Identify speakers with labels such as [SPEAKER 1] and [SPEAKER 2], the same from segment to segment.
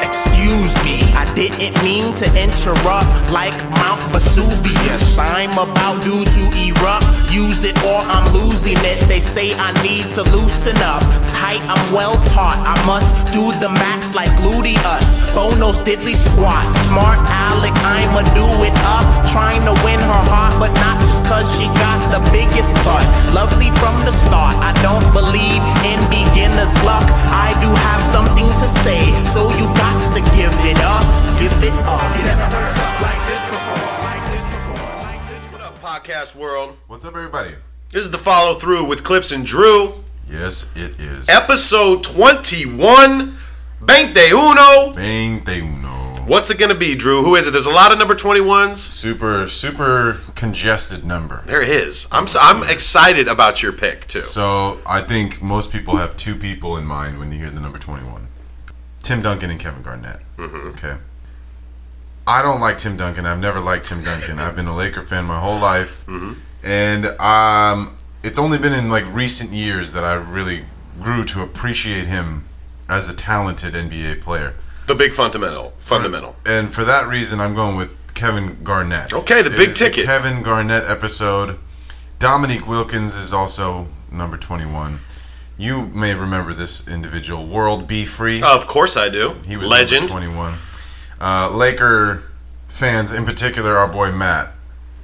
[SPEAKER 1] Excuse me, I didn't mean to interrupt like Mount Vesuvius. I'm about due to erupt. Use it or I'm losing it. They say I need to loosen up. Tight, I'm well taught. I must do the max like gluteus. Bono diddly squat. Smart Alec, I'ma do it up. Trying to win her heart, but not just cause she got the biggest butt. Lovely from the start. I don't believe in beginner's luck. I do have something to say, so you got to give it up. Give it up. You never heard something like this before. Like this before. Like this
[SPEAKER 2] What up, podcast world?
[SPEAKER 3] What's up, everybody?
[SPEAKER 2] This is the follow through with Clips and Drew,
[SPEAKER 3] Yes, it is.
[SPEAKER 2] episode 21, Bank de Uno.
[SPEAKER 3] Bang de uno.
[SPEAKER 2] What's it gonna be, Drew? Who is it? There's a lot of number 21s.
[SPEAKER 3] Super, super congested number.
[SPEAKER 2] There it is. I'm so, I'm excited about your pick too.
[SPEAKER 3] So I think most people have two people in mind when you hear the number 21 Tim Duncan and Kevin Garnett. Okay. I don't like Tim Duncan. I've never liked Tim Duncan. I've been a Laker fan my whole life. And um, it's only been in like recent years that I really grew to appreciate him as a talented NBA player.
[SPEAKER 2] The big fundamental. Fundamental.
[SPEAKER 3] And for that reason, I'm going with Kevin Garnett.
[SPEAKER 2] Okay, the
[SPEAKER 3] It
[SPEAKER 2] big
[SPEAKER 3] is the
[SPEAKER 2] ticket.
[SPEAKER 3] Kevin Garnett episode. Dominique Wilkins is also number 21. You may remember this individual, World Be Free.
[SPEAKER 2] Of course I do.
[SPEAKER 3] he was
[SPEAKER 2] Uh, legend.
[SPEAKER 3] number 21. Uh, Laker fans, in particular, our boy Matt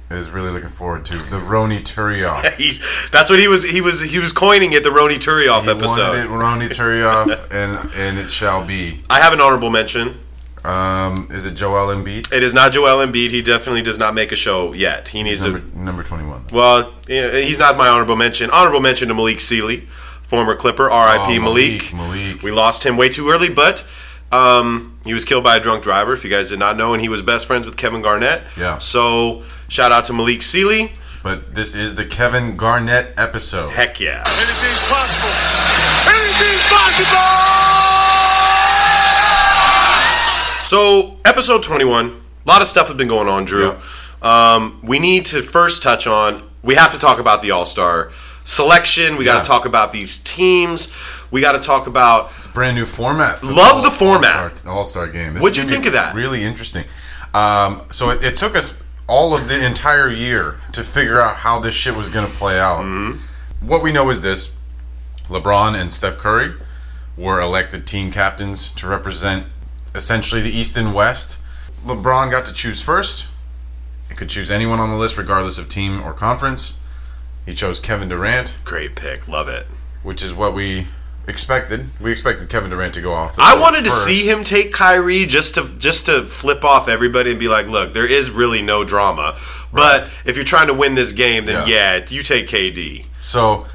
[SPEAKER 3] is really looking forward to the Roni Turioff.
[SPEAKER 2] He's, that's what he was. He was. He was coining it. The Roni Turioff
[SPEAKER 3] He wanted it
[SPEAKER 2] episode.
[SPEAKER 3] Roni Turioff, and and it shall be.
[SPEAKER 2] I have an honorable mention.
[SPEAKER 3] Um, is it Joel Embiid?
[SPEAKER 2] It is not Joel Embiid. He definitely does not make a show yet. He needs to.
[SPEAKER 3] Number, number 21.
[SPEAKER 2] Well, yeah, he's not my honorable mention. Honorable mention to Malik Sealy, former Clipper, R.I.P.
[SPEAKER 3] Oh,
[SPEAKER 2] Malik.
[SPEAKER 3] Malik, Malik.
[SPEAKER 2] We lost him way too early, but um, he was killed by a drunk driver. If you guys did not know, and he was best friends with Kevin Garnett.
[SPEAKER 3] Yeah.
[SPEAKER 2] So shout out to Malik Sealy.
[SPEAKER 3] But this is the Kevin Garnett episode.
[SPEAKER 2] Heck yeah.
[SPEAKER 4] Anything's possible. Anything's possible.
[SPEAKER 2] So episode twenty-one. A lot of stuff has been going on, Drew. Um, we need to first touch on. We have to talk about the All Star selection. We got
[SPEAKER 3] Yeah.
[SPEAKER 2] to talk about these teams. We got to talk about
[SPEAKER 3] It's a brand new format. For
[SPEAKER 2] Love the format.
[SPEAKER 3] All-Star, All-Star game. This
[SPEAKER 2] What'd
[SPEAKER 3] is
[SPEAKER 2] you
[SPEAKER 3] gonna
[SPEAKER 2] think
[SPEAKER 3] be
[SPEAKER 2] of that?
[SPEAKER 3] Really interesting. Um, so it, it took us all of the entire year to figure out how this shit was going to play out.
[SPEAKER 2] Mm-hmm.
[SPEAKER 3] What we know is this: LeBron and Steph Curry were elected team captains to represent essentially the East and West. LeBron got to choose first. He could choose anyone on the list, regardless of team or conference. He chose Kevin Durant.
[SPEAKER 2] great pick. Love it.
[SPEAKER 3] which is what we expected. We expected Kevin Durant to go off. The
[SPEAKER 2] I
[SPEAKER 3] board
[SPEAKER 2] wanted to
[SPEAKER 3] first.
[SPEAKER 2] see him take Kyrie just to just to flip off everybody and be like, look, there is really no drama. But if you're trying to win this game, then yeah,
[SPEAKER 3] Yeah.
[SPEAKER 2] you take KD.
[SPEAKER 3] So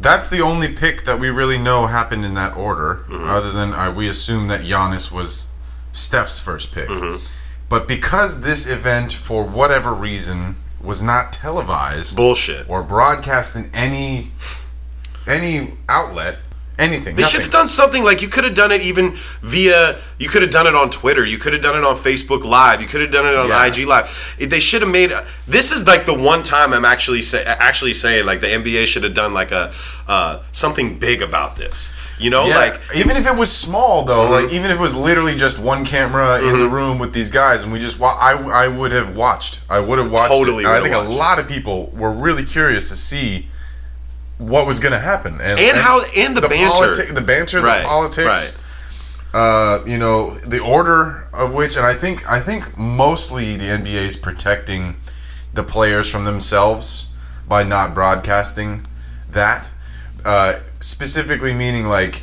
[SPEAKER 3] that's the only pick that we really know happened in that order,
[SPEAKER 2] Mm-hmm.
[SPEAKER 3] other than uh, we assume that Giannis was Steph's first pick.
[SPEAKER 2] Mm-hmm.
[SPEAKER 3] But because this event, for whatever reason, was not televised
[SPEAKER 2] Bullshit.
[SPEAKER 3] or broadcast in any any outlet, Anything.
[SPEAKER 2] They
[SPEAKER 3] nothing.
[SPEAKER 2] should have done something like you could have done it even via you could have done it on Twitter, you could have done it on Facebook Live, you could have done it on
[SPEAKER 3] Yeah.
[SPEAKER 2] IG Live. It- They should have made this is like the one time I'm actually say, actually saying like the NBA should have done like a uh, something big about this. You know,
[SPEAKER 3] Yeah,
[SPEAKER 2] like Mm-hmm.
[SPEAKER 3] even if it was small though, like even if it was literally just one camera in the room with these guys, and we just wa- I I would have watched. I would have watched.
[SPEAKER 2] Totally
[SPEAKER 3] it. And I
[SPEAKER 2] would've
[SPEAKER 3] think a
[SPEAKER 2] watched.
[SPEAKER 3] lot of people were really curious to see what was going to happen and,
[SPEAKER 2] how- and the banter.
[SPEAKER 3] politi- the banter,
[SPEAKER 2] Right,
[SPEAKER 3] the politics. Uh, you know the order of which, and I think I think mostly the NBA is protecting the players from themselves by not broadcasting that. Uh, specifically meaning like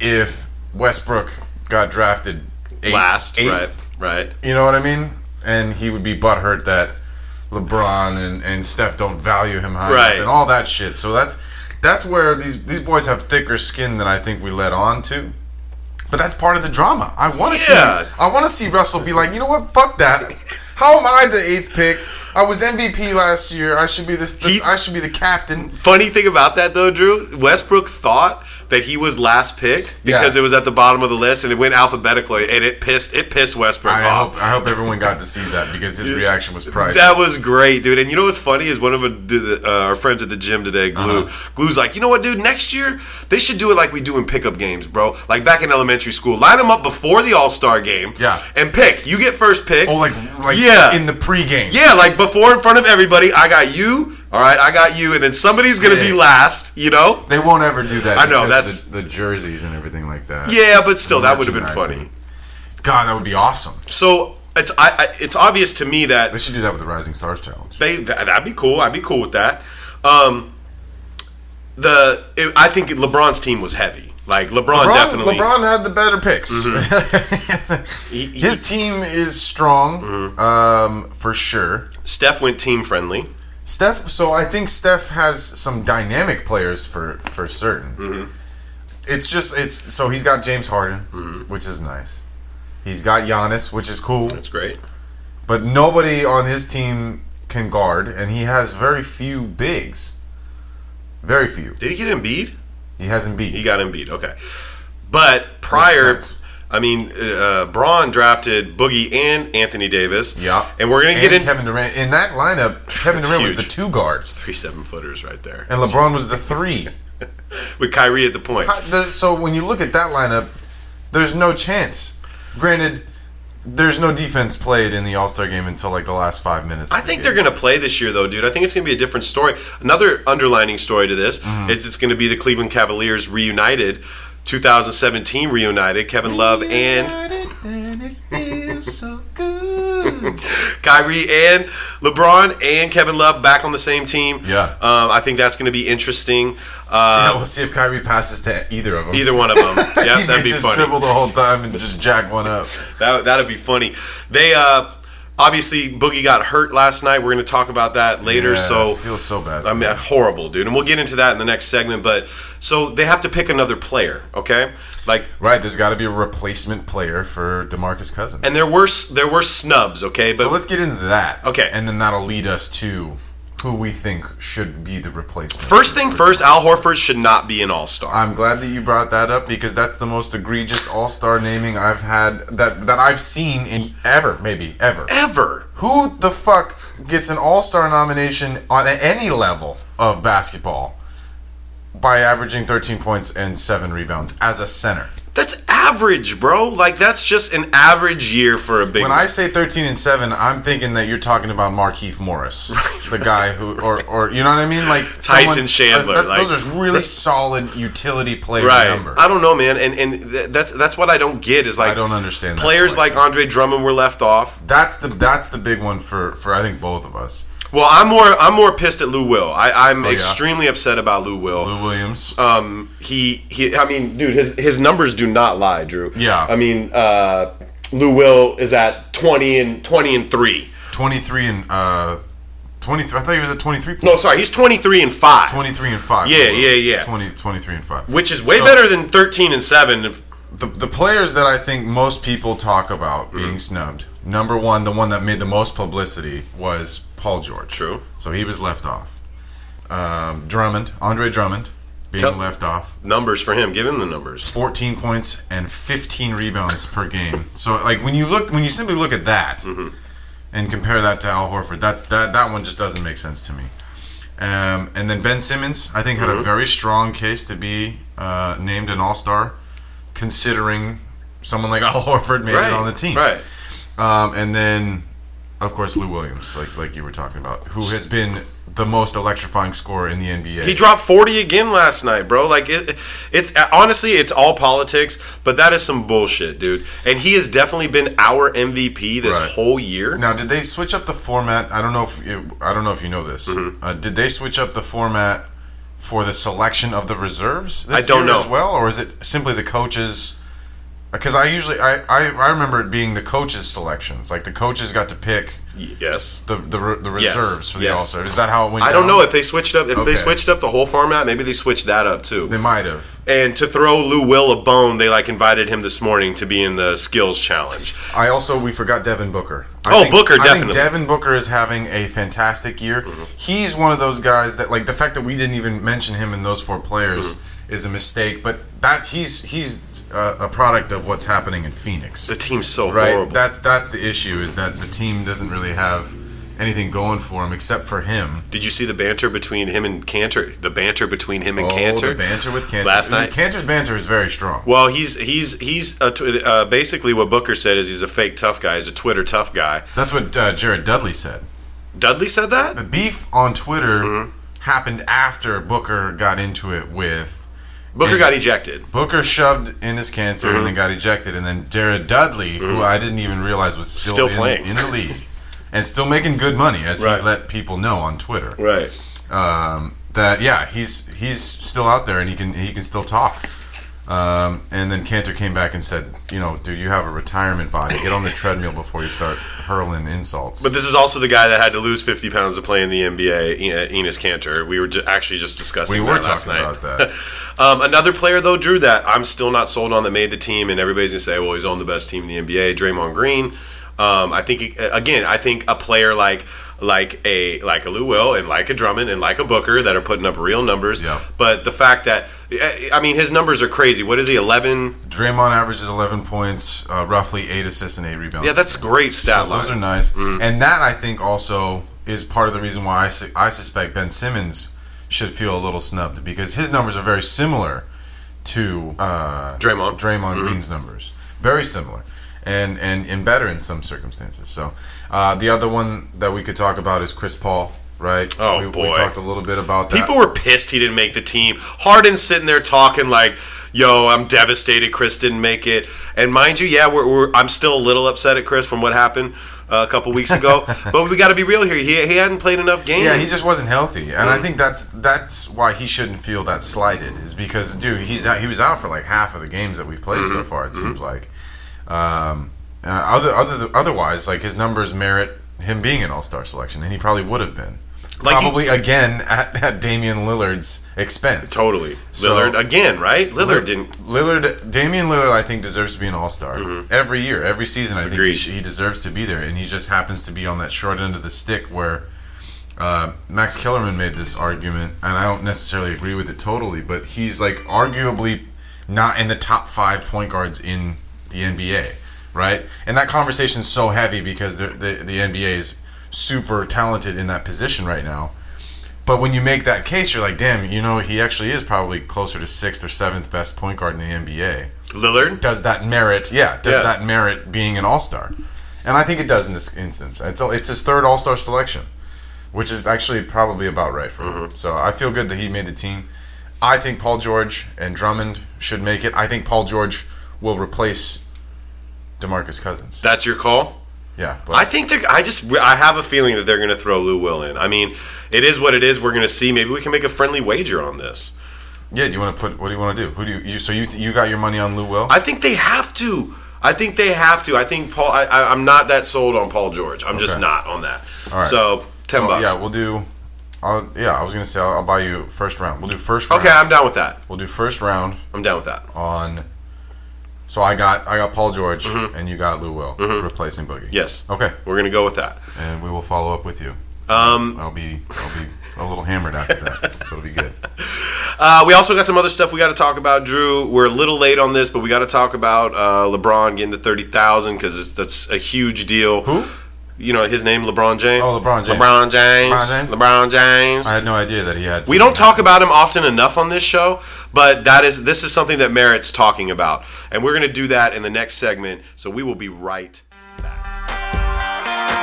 [SPEAKER 3] if Westbrook got drafted eighth,
[SPEAKER 2] last,
[SPEAKER 3] eighth,
[SPEAKER 2] right, right.
[SPEAKER 3] you know what I mean, and he would be butthurt that LeBron and, and Steph don't value him high
[SPEAKER 2] Right.
[SPEAKER 3] enough and all that shit. So that's that's where these these boys have thicker skin than I think we let on to. But that's part of the drama. I want to
[SPEAKER 2] Yeah.
[SPEAKER 3] see. I want to see Russell be like, you know what? Fuck that. How am I the eighth pick? I was MVP last year. I should be the, the
[SPEAKER 2] He-
[SPEAKER 3] I should be the captain.
[SPEAKER 2] Funny thing about that though, Drew, Westbrook thought that he was last pick because
[SPEAKER 3] Yeah.
[SPEAKER 2] it was at the bottom of the list and it went alphabetically and it pissed it pissed Westbrook
[SPEAKER 3] I
[SPEAKER 2] off.
[SPEAKER 3] hope I hope everyone got to see that because his reaction was priceless.
[SPEAKER 2] That was great, dude. And you know what's funny is one of uh, the- uh, our friends at the gym today, Glue.
[SPEAKER 3] Uh-huh.
[SPEAKER 2] Glue's like, you know what, dude? Next year they should do it like we do in pickup games, bro. Like back in elementary school, line them up before the All Star game,
[SPEAKER 3] Yeah.
[SPEAKER 2] and pick. You get first pick.
[SPEAKER 3] oh like like
[SPEAKER 2] yeah,
[SPEAKER 3] in the pregame.
[SPEAKER 2] yeah, like before in front of everybody. I got you. All right, I got you, and then somebody's gonna be
[SPEAKER 3] Sick.
[SPEAKER 2] last. You know?
[SPEAKER 3] They won't ever do that.
[SPEAKER 2] I know,
[SPEAKER 3] because
[SPEAKER 2] that's-
[SPEAKER 3] of the, the jerseys and everything like that.
[SPEAKER 2] Yeah, but still, that would have been funny.
[SPEAKER 3] Merchandising. God, that would be awesome.
[SPEAKER 2] So it's I, I it's obvious to me that
[SPEAKER 3] They should do that with the Rising Stars Challenge.
[SPEAKER 2] They th- that'd be cool. I'd be cool with that. Um, the it, I think LeBron's team was heavy. Like LeBron,
[SPEAKER 3] LeBron,
[SPEAKER 2] definitely. Mm-hmm.
[SPEAKER 3] LeBron had the better picks. His team is strong, um, for sure.
[SPEAKER 2] Steph went team friendly.
[SPEAKER 3] Steph, so I think Steph has some dynamic players for for certain.
[SPEAKER 2] Mm-hmm.
[SPEAKER 3] It's just it's so he's got James Harden, which is nice. He's got Giannis, which is cool.
[SPEAKER 2] Mm-hmm. That's great.
[SPEAKER 3] but nobody on his team can guard, and he has very few bigs. Very few.
[SPEAKER 2] Did he get Embiid?
[SPEAKER 3] He hasn't beat.
[SPEAKER 2] He got Embiid. Okay, but prior,
[SPEAKER 3] That's nice.
[SPEAKER 2] I mean, uh, Braun drafted Boogie and Anthony Davis.
[SPEAKER 3] yeah,
[SPEAKER 2] and we're gonna get
[SPEAKER 3] And
[SPEAKER 2] in
[SPEAKER 3] Kevin Durant in that lineup. Kevin
[SPEAKER 2] That's
[SPEAKER 3] Durant was
[SPEAKER 2] huge.
[SPEAKER 3] the two guards,
[SPEAKER 2] three seven footers right there
[SPEAKER 3] and LeBron was the three.
[SPEAKER 2] with Kyrie at the point.
[SPEAKER 3] How- there- So when you look at that lineup, there's no chance. Granted, there's no defense played in the All Star game until like the last five minutes.
[SPEAKER 2] I think they're going to play this year, though, dude. I think it's going to be a different story. Another underlining story to this
[SPEAKER 3] Mm-hmm.
[SPEAKER 2] is it's going to be the Cleveland Cavaliers reunited, 2017 reunited. Kevin Love and Kyrie and LeBron and Kevin Love back on the same team.
[SPEAKER 3] Yeah.
[SPEAKER 2] um, I think that's going to be interesting. Uh,
[SPEAKER 3] Yeah, we'll see if Kyrie passes to either of them.
[SPEAKER 2] Either one of them. Yeah,
[SPEAKER 3] he
[SPEAKER 2] that'd
[SPEAKER 3] could
[SPEAKER 2] be
[SPEAKER 3] just
[SPEAKER 2] funny.
[SPEAKER 3] dribble the whole time and just jack one up.
[SPEAKER 2] That that'd be funny. They uh, obviously Boogie got hurt last night. We're going to talk about that later.
[SPEAKER 3] Yeah,
[SPEAKER 2] so
[SPEAKER 3] I feel so bad.
[SPEAKER 2] I mean, horrible, dude. And we'll get into that in the next segment. But so they have to pick another player, okay? Like,
[SPEAKER 3] right, there's got to be a replacement player for Demarcus Cousins.
[SPEAKER 2] and there were s- there were snubs, okay? But
[SPEAKER 3] so let's get into that.
[SPEAKER 2] Okay.
[SPEAKER 3] and then that'll lead us to who we think should be the replacement.
[SPEAKER 2] first thing first, Al Horford should not be an All Star.
[SPEAKER 3] I'm glad that you brought that up because that's the most egregious All Star naming I've had that that I've seen in ever, maybe ever.
[SPEAKER 2] Ever.
[SPEAKER 3] Who the fuck gets an All Star nomination on any level of basketball by averaging 13 points and seven rebounds as a center?
[SPEAKER 2] That's average, bro. Like that's just an average year for a big.
[SPEAKER 3] When I say 13 and 7, I'm thinking that you're talking about Markeith Morris, the guy who, or, or you know what I mean? Like
[SPEAKER 2] Tyson Chandler,
[SPEAKER 3] that's-
[SPEAKER 2] like-
[SPEAKER 3] those are really solid utility player
[SPEAKER 2] right.
[SPEAKER 3] numbers.
[SPEAKER 2] I don't know, man. And and th- that's that's what I don't get is like
[SPEAKER 3] I don't understand that
[SPEAKER 2] Players
[SPEAKER 3] selection.
[SPEAKER 2] like Andre Drummond were left off.
[SPEAKER 3] That's the that's the big one for for I think both of us.
[SPEAKER 2] Well, I'm more I'm more pissed at Lou Will. I, I'm
[SPEAKER 3] Oh, yeah.
[SPEAKER 2] extremely upset about Lou Will.
[SPEAKER 3] Lou Williams.
[SPEAKER 2] um, he he. I mean, dude, his his numbers do not lie, Drew.
[SPEAKER 3] Yeah.
[SPEAKER 2] I mean, uh, Lou Will is at twenty and twenty and three.
[SPEAKER 3] 23 and uh 23 I thought he was at 23
[SPEAKER 2] No, sorry, he's twenty three and five,
[SPEAKER 3] 23 and 5.
[SPEAKER 2] Yeah, yeah, yeah.
[SPEAKER 3] 20 23 and 5.
[SPEAKER 2] which is way
[SPEAKER 3] So,
[SPEAKER 2] better than thirteen and seven. If-
[SPEAKER 3] the the players that I think most people talk
[SPEAKER 2] Mm-hmm.
[SPEAKER 3] about being snubbed. Number 1, the one that made the most publicity was Paul George.
[SPEAKER 2] True.
[SPEAKER 3] So he was left off. Um, Drummond, Andre Drummond, being
[SPEAKER 2] Tell-
[SPEAKER 3] left off.
[SPEAKER 2] Numbers for him. Give him the numbers.
[SPEAKER 3] 14 points and 15 rebounds per game. So like when you look when you simply look at that
[SPEAKER 2] Mm-hmm.
[SPEAKER 3] and compare that to Al Horford, that's that that one just doesn't make sense to me. Um, and then Ben Simmons, I think, had
[SPEAKER 2] Mm-hmm.
[SPEAKER 3] a very strong case to be uh, named an All Star, considering someone like Al Horford made
[SPEAKER 2] Right
[SPEAKER 3] it on the team.
[SPEAKER 2] Right.
[SPEAKER 3] Um, and then, of course, Lou Williams, like like you were talking about, who has been the most electrifying scorer in the NBA.
[SPEAKER 2] He dropped 40 again last night, bro. Like it, it's honestly, it's all politics, but that is some bullshit, dude. And he has definitely been our MVP this
[SPEAKER 3] Right.
[SPEAKER 2] whole year.
[SPEAKER 3] Now, did they switch up the format? I don't know if you, I don't know if you know this.
[SPEAKER 2] Mm-hmm.
[SPEAKER 3] Uh, did they switch up the format for the selection of the reserves? This
[SPEAKER 2] I don't
[SPEAKER 3] year
[SPEAKER 2] know.
[SPEAKER 3] as well, or is it simply the coaches? Because I usually I, I, I remember it being the coaches selections. Like the coaches got to pick
[SPEAKER 2] Yes.
[SPEAKER 3] the the, re- the
[SPEAKER 2] Yes,
[SPEAKER 3] reserves for the
[SPEAKER 2] yes.
[SPEAKER 3] All Star. Is that how it went?
[SPEAKER 2] I don't
[SPEAKER 3] down?
[SPEAKER 2] know if they switched up. If
[SPEAKER 3] Okay.
[SPEAKER 2] they switched up the whole format, maybe they switched that up too.
[SPEAKER 3] they might have.
[SPEAKER 2] And to throw Lou Will a bone, they like invited him this morning to be in the skills challenge.
[SPEAKER 3] I also we forgot Devin Booker. I
[SPEAKER 2] Oh, Booker,
[SPEAKER 3] I think
[SPEAKER 2] definitely. Mm-hmm.
[SPEAKER 3] Devin Booker is having a fantastic year. He's one of those guys that like the fact that we didn't even mention him in those four players
[SPEAKER 2] Mm-hmm.
[SPEAKER 3] is a mistake. But that he's he's uh, a product of what's happening in Phoenix,
[SPEAKER 2] The team's so
[SPEAKER 3] right?
[SPEAKER 2] horrible.
[SPEAKER 3] That's that's the issue is that the team doesn't really have anything going for him except for him.
[SPEAKER 2] Did you see the banter between him and Cantor? The banter between him and
[SPEAKER 3] Oh,
[SPEAKER 2] Cantor.
[SPEAKER 3] the banter with Cantor
[SPEAKER 2] last
[SPEAKER 3] I mean,
[SPEAKER 2] night.
[SPEAKER 3] Cantor's banter is very strong.
[SPEAKER 2] Well, he's he's he's a tw- uh, basically what Booker said is he's a fake tough guy. He's a Twitter tough guy.
[SPEAKER 3] That's what uh, Jared Dudley said.
[SPEAKER 2] Dudley said that.
[SPEAKER 3] the beef on Twitter
[SPEAKER 2] Mm-hmm.
[SPEAKER 3] happened after Booker got into it with
[SPEAKER 2] Booker got
[SPEAKER 3] Ennis.
[SPEAKER 2] ejected. Mm-hmm.
[SPEAKER 3] Booker shoved Ennis Cantor and then got ejected, and then Jared Dudley, who I didn't even realize was
[SPEAKER 2] Still
[SPEAKER 3] still, in,
[SPEAKER 2] playing.
[SPEAKER 3] in the league and still making good money, as
[SPEAKER 2] Right.
[SPEAKER 3] he let people know on Twitter.
[SPEAKER 2] Right.
[SPEAKER 3] Um, that yeah, he's he's still out there and he can he can still talk. Um, and then Cantor came back and said, you know, dude, you have a retirement body. Get on the treadmill before you start hurling insults.
[SPEAKER 2] But this is also the guy that had to lose 50 pounds to play in the NBA, E- Enos Cantor. We were ju- actually just discussing
[SPEAKER 3] we
[SPEAKER 2] that
[SPEAKER 3] were
[SPEAKER 2] last
[SPEAKER 3] talking
[SPEAKER 2] night.
[SPEAKER 3] about that.
[SPEAKER 2] Um, another player though, Drew, that I'm still not sold on that made the team, and everybody's gonna say, "Well, he's on the best team in the NBA." Draymond Green. Um, I think again, I think a player like like a like a Lou Will and like a Drummond and like a Booker that are putting up real numbers.
[SPEAKER 3] Yeah.
[SPEAKER 2] But the fact that uh, I- I mean, his numbers are crazy. What is he? Eleven?
[SPEAKER 3] Draymond averages 11 points, uh, roughly eight assists and eight rebounds.
[SPEAKER 2] Yeah, that's a great stat line.
[SPEAKER 3] So
[SPEAKER 2] Mm-hmm.
[SPEAKER 3] those are nice, and that I think also is part of the reason why I, su- I suspect Ben Simmons should feel a little snubbed because his numbers are very similar to uh,
[SPEAKER 2] Draymond. Mm-hmm.
[SPEAKER 3] Draymond Green's numbers, very similar, and and and better in some circumstances. So uh, the other one that we could talk about is Chris Paul, right?
[SPEAKER 2] Oh,
[SPEAKER 3] we, we
[SPEAKER 2] boy.
[SPEAKER 3] talked a little bit about that.
[SPEAKER 2] People were pissed he didn't make the team. Harden's sitting there talking like, "Yo, I'm devastated. Chris didn't make it." And mind you, yeah, we're, we're I'm still a little upset at Chris from what happened uh, a couple weeks ago. but we got to be real here. He, he hadn't played enough games.
[SPEAKER 3] Yeah, he just wasn't healthy, and I think that's that's why he shouldn't feel that slighted. Is because dude, he's out, he was out for like half of the games that we've played
[SPEAKER 2] Mm-hmm.
[SPEAKER 3] so far. It seems like. Um, uh, other other otherwise, like his numbers merit him being an All Star selection, and he probably would have been.
[SPEAKER 2] Like he-
[SPEAKER 3] probably again at, at Damian Lillard's expense.
[SPEAKER 2] totally.
[SPEAKER 3] So-
[SPEAKER 2] Lillard again, right? Lillard didn't. Mm-hmm.
[SPEAKER 3] Lillard, Damian Lillard, I think deserves to be an All Star every year, every season. I think he,
[SPEAKER 2] Agreed.
[SPEAKER 3] sh- he deserves to be there, and he just happens to be on that short end of the stick where uh, Max Kellerman made this argument, and I don't necessarily agree with it totally, but he's like arguably not in the top five point guards in the NBA, right? And that conversation's so heavy because the the, the NBA is super talented in that position right now. But when you make that case, you're like, damn, you know, he actually is probably closer to sixth or seventh best point guard in the NBA.
[SPEAKER 2] Lillard.
[SPEAKER 3] Does that merit? Yeah, does
[SPEAKER 2] Yeah.
[SPEAKER 3] that merit being an All Star? And I think it does in this instance. It's it's his third All Star selection, which is actually probably about right for
[SPEAKER 2] Mm-hmm.
[SPEAKER 3] him. So I feel good that he made the team. I think Paul George and Drummond should make it. I think Paul George will replace DeMarcus Cousins.
[SPEAKER 2] That's your call.
[SPEAKER 3] Yeah, but
[SPEAKER 2] I think they're. I just. I have a feeling that they're going to throw Lou Will in. I mean, it is what it is. We're going to see. Maybe we can make a friendly wager on this.
[SPEAKER 3] yeah, do you want to put? What do you want to do? Who do you? you so you you got your money on Lou Will?
[SPEAKER 2] I think they have to. I think they have to. I think Paul. I, I, I'm not that sold on Paul George. I'm just
[SPEAKER 3] Okay.
[SPEAKER 2] not on that.
[SPEAKER 3] right.
[SPEAKER 2] So ten
[SPEAKER 3] Well,
[SPEAKER 2] bucks.
[SPEAKER 3] Yeah, we'll do. I'll, yeah, I was gonna say I'll, I'll buy you first round. We'll do first round.
[SPEAKER 2] okay, I'm down with that.
[SPEAKER 3] We'll do first round
[SPEAKER 2] I'm down with that.
[SPEAKER 3] on. So I got I got Paul George and you got Lou Will replacing Boogie.
[SPEAKER 2] Mm-hmm. Yes.
[SPEAKER 3] Okay.
[SPEAKER 2] We're gonna go with that.
[SPEAKER 3] And we will follow up with you. Um. I'll be I'll be a little hammered after that, so it'll be good.
[SPEAKER 2] Uh, we also got some other stuff we got to talk about, Drew. We're a little late on this, but we got to talk about uh, LeBron getting to thirty thousand because that's a huge deal.
[SPEAKER 3] Who?
[SPEAKER 2] You know his name, LeBron James.
[SPEAKER 3] Oh, LeBron James.
[SPEAKER 2] LeBron James.
[SPEAKER 3] LeBron James.
[SPEAKER 2] LeBron James.
[SPEAKER 3] I had no idea that he had.
[SPEAKER 2] We don't talk about him often enough on this show, but that is this is something that merits talking about, and we're going to do that in the next segment. So we will be right back.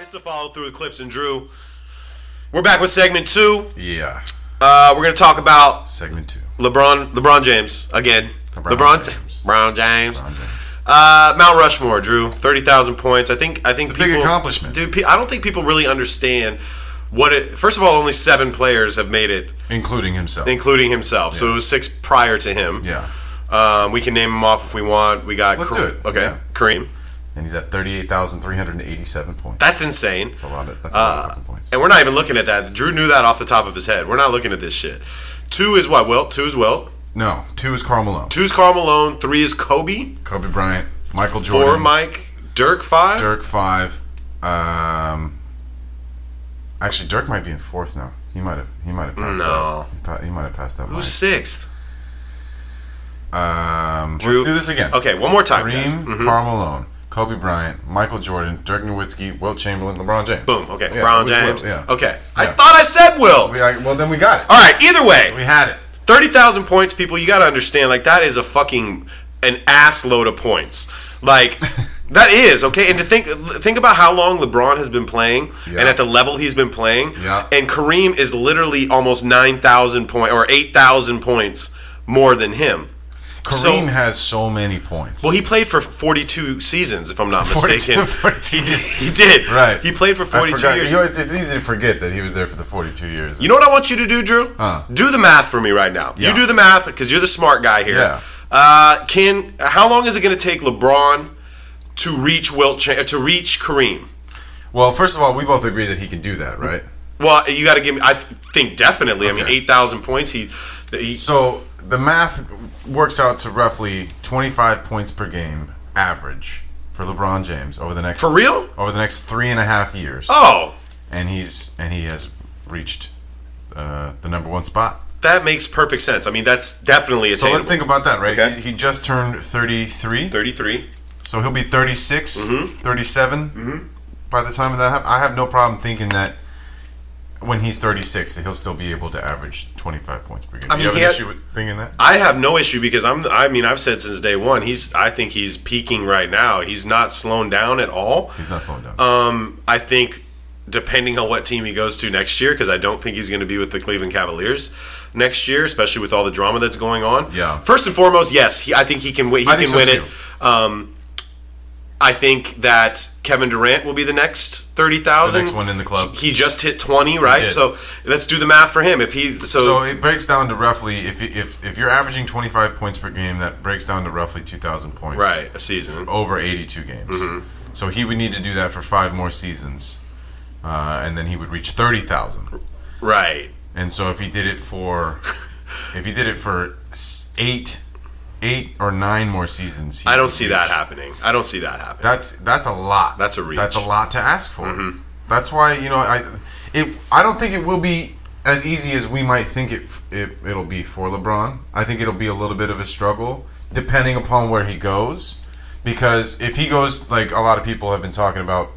[SPEAKER 2] It's the follow through the clips and Drew. We're back with segment two.
[SPEAKER 3] Yeah.
[SPEAKER 2] Uh, we're going to talk about
[SPEAKER 3] Segment two.
[SPEAKER 2] LeBron, LeBron James again.
[SPEAKER 3] LeBron
[SPEAKER 2] LeBron,
[SPEAKER 3] James.
[SPEAKER 2] LeBron James.
[SPEAKER 3] LeBron James.
[SPEAKER 2] Uh, Mount Rushmore, Drew, thirty thousand points. I think. I think
[SPEAKER 3] It's a big accomplishment.
[SPEAKER 2] Dude, pe- I don't think people really understand what it. First of all, only seven players have made it,
[SPEAKER 3] Including himself.
[SPEAKER 2] including himself. So it was six prior to him.
[SPEAKER 3] yeah.
[SPEAKER 2] Um, we can name them off if we want. We got.
[SPEAKER 3] Let's
[SPEAKER 2] Kareem.
[SPEAKER 3] do it.
[SPEAKER 2] Okay,
[SPEAKER 3] Yeah.
[SPEAKER 2] Kareem.
[SPEAKER 3] And he's at 38,387 points.
[SPEAKER 2] That's insane. Uh,
[SPEAKER 3] That's a lot of, that's a lot of fucking points.
[SPEAKER 2] And we're not even looking at that. Drew knew that off the top of his head. We're not looking at this shit. Two is what? Wilt. Two is Wilt.
[SPEAKER 3] no, two is Karl Malone.
[SPEAKER 2] Two is Karl Malone. Three is Kobe.
[SPEAKER 3] Kobe Bryant, Michael Jordan,
[SPEAKER 2] Four, Mike. Dirk, five.
[SPEAKER 3] Dirk five. Um, actually, Dirk might be in fourth now. He might have. He might have passed
[SPEAKER 2] No.
[SPEAKER 3] that. Pa- He might have passed that.
[SPEAKER 2] Who's
[SPEAKER 3] Who's
[SPEAKER 2] sixth?
[SPEAKER 3] um,
[SPEAKER 2] Drew-
[SPEAKER 3] let's do this again.
[SPEAKER 2] Okay, Mm-hmm. one more time. guys.
[SPEAKER 3] Kareem, Karl Malone, Kobe Bryant, Michael Jordan, Dirk Nowitzki, Wilt Chamberlain, LeBron James.
[SPEAKER 2] Boom. Okay,
[SPEAKER 3] Yeah,
[SPEAKER 2] Brown
[SPEAKER 3] it was
[SPEAKER 2] James.
[SPEAKER 3] Wilt, yeah.
[SPEAKER 2] Okay, I
[SPEAKER 3] Yeah.
[SPEAKER 2] thought I said Will.
[SPEAKER 3] We, I, well, then we got it.
[SPEAKER 2] All right. Either way,
[SPEAKER 3] We had it.
[SPEAKER 2] thirty thousand points, people. You got to understand, like that is a fucking an ass load of points. Like that is okay. And to think think about how long LeBron has been playing,
[SPEAKER 3] Yeah.
[SPEAKER 2] and at the level he's been playing,
[SPEAKER 3] Yeah.
[SPEAKER 2] and Kareem is literally almost nine thousand point or eight thousand points more than him.
[SPEAKER 3] Kareem
[SPEAKER 2] So-
[SPEAKER 3] has so many points.
[SPEAKER 2] Well, he played for 42 seasons, if I'm not mistaken.
[SPEAKER 3] 42.
[SPEAKER 2] He did. He did.
[SPEAKER 3] Right.
[SPEAKER 2] He played for
[SPEAKER 3] I
[SPEAKER 2] 42
[SPEAKER 3] forgot.
[SPEAKER 2] years.
[SPEAKER 3] You know, it's, it's easy to forget that he was there for the 42 years.
[SPEAKER 2] You know what I want you to do, Drew?
[SPEAKER 3] Huh.
[SPEAKER 2] Do the math for me right now.
[SPEAKER 3] Yeah.
[SPEAKER 2] You do the math because you're the smart guy here.
[SPEAKER 3] Yeah.
[SPEAKER 2] Uh, can how long is it going to take LeBron to reach Wilt Cha- to reach Kareem?
[SPEAKER 3] Well, first of all, we both agree that he can do that, right?
[SPEAKER 2] Well, you got to give me. I think definitely. I mean,
[SPEAKER 3] Okay.
[SPEAKER 2] eight thousand points. He, he
[SPEAKER 3] So the math works out to roughly 25 points per game average for LeBron James over the next
[SPEAKER 2] For real?
[SPEAKER 3] over the next three and a half years.
[SPEAKER 2] oh,
[SPEAKER 3] and he's and he has reached uh, the number one spot.
[SPEAKER 2] that makes perfect sense. I mean, that's definitely
[SPEAKER 3] So
[SPEAKER 2] attainable.
[SPEAKER 3] let's think about that, right?
[SPEAKER 2] Okay.
[SPEAKER 3] He's- He just turned 33,
[SPEAKER 2] 33.
[SPEAKER 3] so he'll be 36,
[SPEAKER 2] Mm-hmm.
[SPEAKER 3] 37 by the time of that. hap- I have no problem thinking that when he's 36, that he'll still be able to average 25 points per game. I
[SPEAKER 2] mean,
[SPEAKER 3] you have
[SPEAKER 2] he
[SPEAKER 3] an
[SPEAKER 2] had-
[SPEAKER 3] issue with thinking that?
[SPEAKER 2] I have no issue because I'm. I mean, I've said since day one. He's. I think he's peaking right now. He's not slowing down at all.
[SPEAKER 3] He's not slowing down.
[SPEAKER 2] Um, I think depending on what team he goes to next year, because I don't think he's going to be with the Cleveland Cavaliers next year, especially with all the drama that's going on.
[SPEAKER 3] Yeah.
[SPEAKER 2] First and foremost, yes, he, I think he can. win. He
[SPEAKER 3] I
[SPEAKER 2] can
[SPEAKER 3] think so
[SPEAKER 2] win
[SPEAKER 3] too.
[SPEAKER 2] it. Um, I think that Kevin Durant will be the next thirty thousand.
[SPEAKER 3] The next one in the club.
[SPEAKER 2] He just hit twenty, right?
[SPEAKER 3] did.
[SPEAKER 2] So let's do the math for him. If he
[SPEAKER 3] So it breaks down to roughly if if if you're averaging 25 points per game, that breaks down to roughly 2,000 points.
[SPEAKER 2] right Mm-hmm. a season.
[SPEAKER 3] Over 82 games. So he would need to do that for five more seasons, uh, and then he would reach 30,000.
[SPEAKER 2] Right.
[SPEAKER 3] And so if he did it for, if he did it for s- eight, eight or nine more seasons, he
[SPEAKER 2] I don't
[SPEAKER 3] would
[SPEAKER 2] see
[SPEAKER 3] reach-
[SPEAKER 2] that happening. I don't see that happening.
[SPEAKER 3] That's that's a lot.
[SPEAKER 2] That's a reach. Mm-hmm.
[SPEAKER 3] That's a lot to ask for. That's why you know I it I don't think it will be as easy as we might think it, it it'll be for LeBron. I think it'll be a little bit of a struggle depending upon where he goes because if he goes like a lot of people have been talking about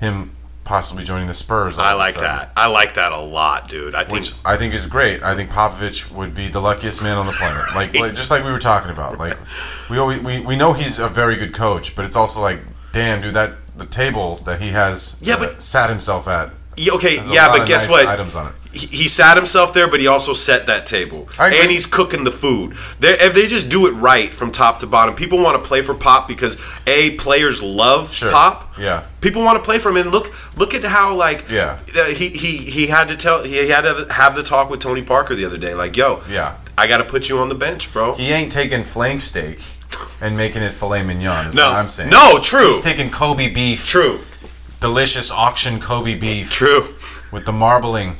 [SPEAKER 3] him possibly joining the Spurs. all
[SPEAKER 2] I
[SPEAKER 3] of a
[SPEAKER 2] like
[SPEAKER 3] sudden,
[SPEAKER 2] that. I like that a lot, dude. I think
[SPEAKER 3] Which I think is great. I think Popovich would be the luckiest man on the planet. Like, like just like we were talking about. Like we, always, we we know he's a very good coach, but it's also like, damn, dude, that the table that he has
[SPEAKER 2] Yeah,
[SPEAKER 3] uh,
[SPEAKER 2] but-
[SPEAKER 3] sat himself at.
[SPEAKER 2] Yeah, okay,
[SPEAKER 3] has a
[SPEAKER 2] yeah,
[SPEAKER 3] lot
[SPEAKER 2] but
[SPEAKER 3] of
[SPEAKER 2] guess
[SPEAKER 3] nice
[SPEAKER 2] what?
[SPEAKER 3] Items on it.
[SPEAKER 2] He, he sat himself there, but he also set that table,
[SPEAKER 3] I agree.
[SPEAKER 2] and he's cooking the food. They if they just do it right from top to bottom, people want to play for Pop because a players love
[SPEAKER 3] Sure.
[SPEAKER 2] Pop.
[SPEAKER 3] Yeah.
[SPEAKER 2] people want to play for him, and look look at how like
[SPEAKER 3] Yeah.
[SPEAKER 2] uh, he he he had to tell he had to have the talk with Tony Parker the other day, like yo
[SPEAKER 3] Yeah.
[SPEAKER 2] I got to put you on the bench, bro.
[SPEAKER 3] He ain't taking flank steak and making it filet mignon. Is
[SPEAKER 2] No.
[SPEAKER 3] what I'm saying.
[SPEAKER 2] No, true.
[SPEAKER 3] He's taking Kobe beef.
[SPEAKER 2] True,
[SPEAKER 3] Delicious auction Kobe beef
[SPEAKER 2] true.
[SPEAKER 3] with the marbling.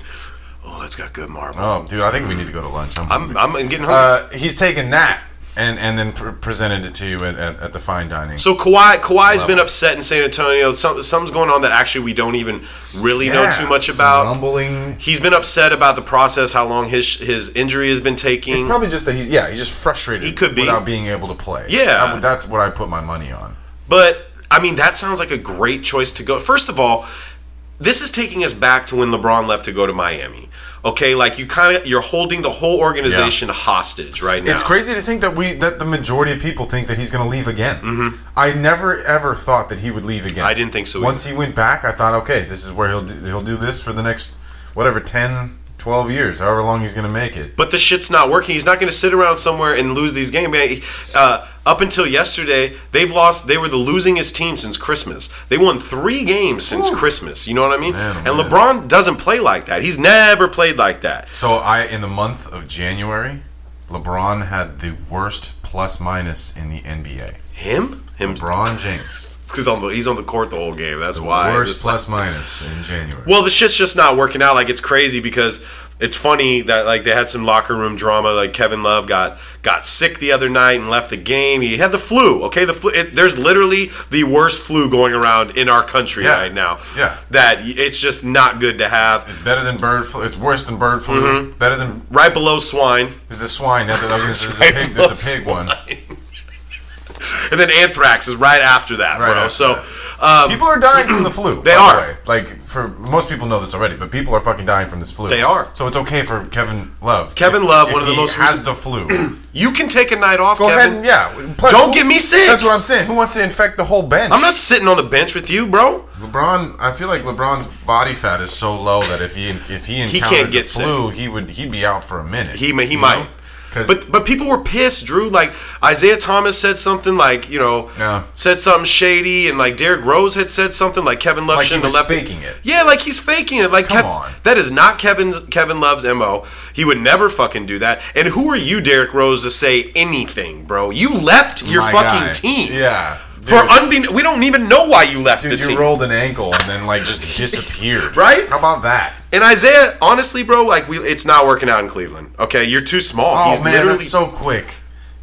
[SPEAKER 2] Let's got good marble.
[SPEAKER 3] Oh, dude, I think we need to go to lunch. I'm,
[SPEAKER 2] I'm, I'm getting hungry.
[SPEAKER 3] uh, he's taken that and and then pr- presented it to you at, at, at the fine dining.
[SPEAKER 2] So Kawhi, Kawhi's been upset in San Antonio. Some, something's going on that actually we don't even really know
[SPEAKER 3] Yeah,
[SPEAKER 2] too much
[SPEAKER 3] some
[SPEAKER 2] about.
[SPEAKER 3] rumbling.
[SPEAKER 2] He's been upset about the process, how long his his injury has been taking.
[SPEAKER 3] It's probably just that he's yeah he's just frustrated.
[SPEAKER 2] He could be.
[SPEAKER 3] without being able to play.
[SPEAKER 2] Yeah.
[SPEAKER 3] That would- that's what I put my money on.
[SPEAKER 2] But I mean, that sounds like a great choice to go. First of all, this is taking us back to when LeBron left to go to Miami. Okay, like you kind of you're holding the whole organization hostage right now.
[SPEAKER 3] It's crazy to think that we that the majority of people think that he's going to leave again. Mm-hmm. I never ever thought that he would leave again.
[SPEAKER 2] I didn't think so
[SPEAKER 3] Once he went back, I thought, okay, this is where he'll do, he'll do this for the next whatever 10, 12 years, however long he's going to make it.
[SPEAKER 2] But the shit's not working. He's not going to sit around somewhere and lose these games. Man, he- Uh, up until yesterday, they've lost. They were the losingest team since Christmas. They won three games since Christmas. You know what I mean?
[SPEAKER 3] Man, oh
[SPEAKER 2] and
[SPEAKER 3] man.
[SPEAKER 2] LeBron doesn't play like that. He's never played like that.
[SPEAKER 3] So I in the month of January, LeBron had the worst plus minus in the NBA.
[SPEAKER 2] Him, him,
[SPEAKER 3] LeBron James,
[SPEAKER 2] because on the he's on the court the whole game. That's why.
[SPEAKER 3] worst
[SPEAKER 2] It's
[SPEAKER 3] plus minus in January.
[SPEAKER 2] Well, the shit's just not working out. Like it's crazy because it's funny that like they had some locker room drama. Like Kevin Love got got sick the other night and left the game. He had the flu. Okay, the flu. It, there's literally the worst flu going around in our country
[SPEAKER 3] Yeah.
[SPEAKER 2] right now.
[SPEAKER 3] Yeah.
[SPEAKER 2] that it's just not good to have.
[SPEAKER 3] It's better than bird flu. It's worse than bird flu.
[SPEAKER 2] Mm-hmm.
[SPEAKER 3] Better than
[SPEAKER 2] Right below swine,
[SPEAKER 3] is the swine. That- that- There's, a
[SPEAKER 2] Right
[SPEAKER 3] pig.
[SPEAKER 2] below
[SPEAKER 3] There's a pig one.
[SPEAKER 2] and then anthrax is right after that,
[SPEAKER 3] Right
[SPEAKER 2] bro.
[SPEAKER 3] after
[SPEAKER 2] so. Um,
[SPEAKER 3] People are dying from the
[SPEAKER 2] They
[SPEAKER 3] flu. by the
[SPEAKER 2] are.
[SPEAKER 3] way. Like for most people know this already, but people are fucking dying from this flu.
[SPEAKER 2] They are.
[SPEAKER 3] So it's okay for Kevin Love.
[SPEAKER 2] Kevin Love, one of the
[SPEAKER 3] he
[SPEAKER 2] most
[SPEAKER 3] has
[SPEAKER 2] recent-
[SPEAKER 3] the flu. Go
[SPEAKER 2] you can take a night off. Kevin.
[SPEAKER 3] ahead and yeah. Plus,
[SPEAKER 2] Don't
[SPEAKER 3] who-
[SPEAKER 2] get me sick.
[SPEAKER 3] That's what I'm saying. Who wants to infect the whole bench?
[SPEAKER 2] I'm not sitting on the bench with you, bro.
[SPEAKER 3] LeBron. I feel like LeBron's body fat is so low that if he if he encountered
[SPEAKER 2] can't
[SPEAKER 3] the
[SPEAKER 2] get sick.
[SPEAKER 3] flu, he would he'd be out for a minute.
[SPEAKER 2] He may, he might.
[SPEAKER 3] Because
[SPEAKER 2] But but people were pissed, Drew. Like Isaiah Thomas said something like you know
[SPEAKER 3] Yeah.
[SPEAKER 2] said something shady, and like Derrick Rose had said something like Kevin Love
[SPEAKER 3] Like he
[SPEAKER 2] shouldn't
[SPEAKER 3] was
[SPEAKER 2] have left.
[SPEAKER 3] faking it.
[SPEAKER 2] Yeah, like he's faking it. Like
[SPEAKER 3] Come
[SPEAKER 2] Kev-
[SPEAKER 3] on.
[SPEAKER 2] that is not Kevin's Kevin Love's mo. He would never fucking do that. And who are you, Derrick Rose, to say anything, bro? You left your fucking team.
[SPEAKER 3] Yeah.
[SPEAKER 2] For
[SPEAKER 3] Dude.
[SPEAKER 2] unbe- we don't even know why you left
[SPEAKER 3] Dude,
[SPEAKER 2] the
[SPEAKER 3] you
[SPEAKER 2] team.
[SPEAKER 3] rolled an ankle and then like just disappeared.
[SPEAKER 2] Right?
[SPEAKER 3] How about that?
[SPEAKER 2] and Isaiah, honestly, bro, like we, it's not working out in Cleveland. Okay, you're too small.
[SPEAKER 3] Oh
[SPEAKER 2] He's
[SPEAKER 3] man,
[SPEAKER 2] literally-
[SPEAKER 3] that's so quick.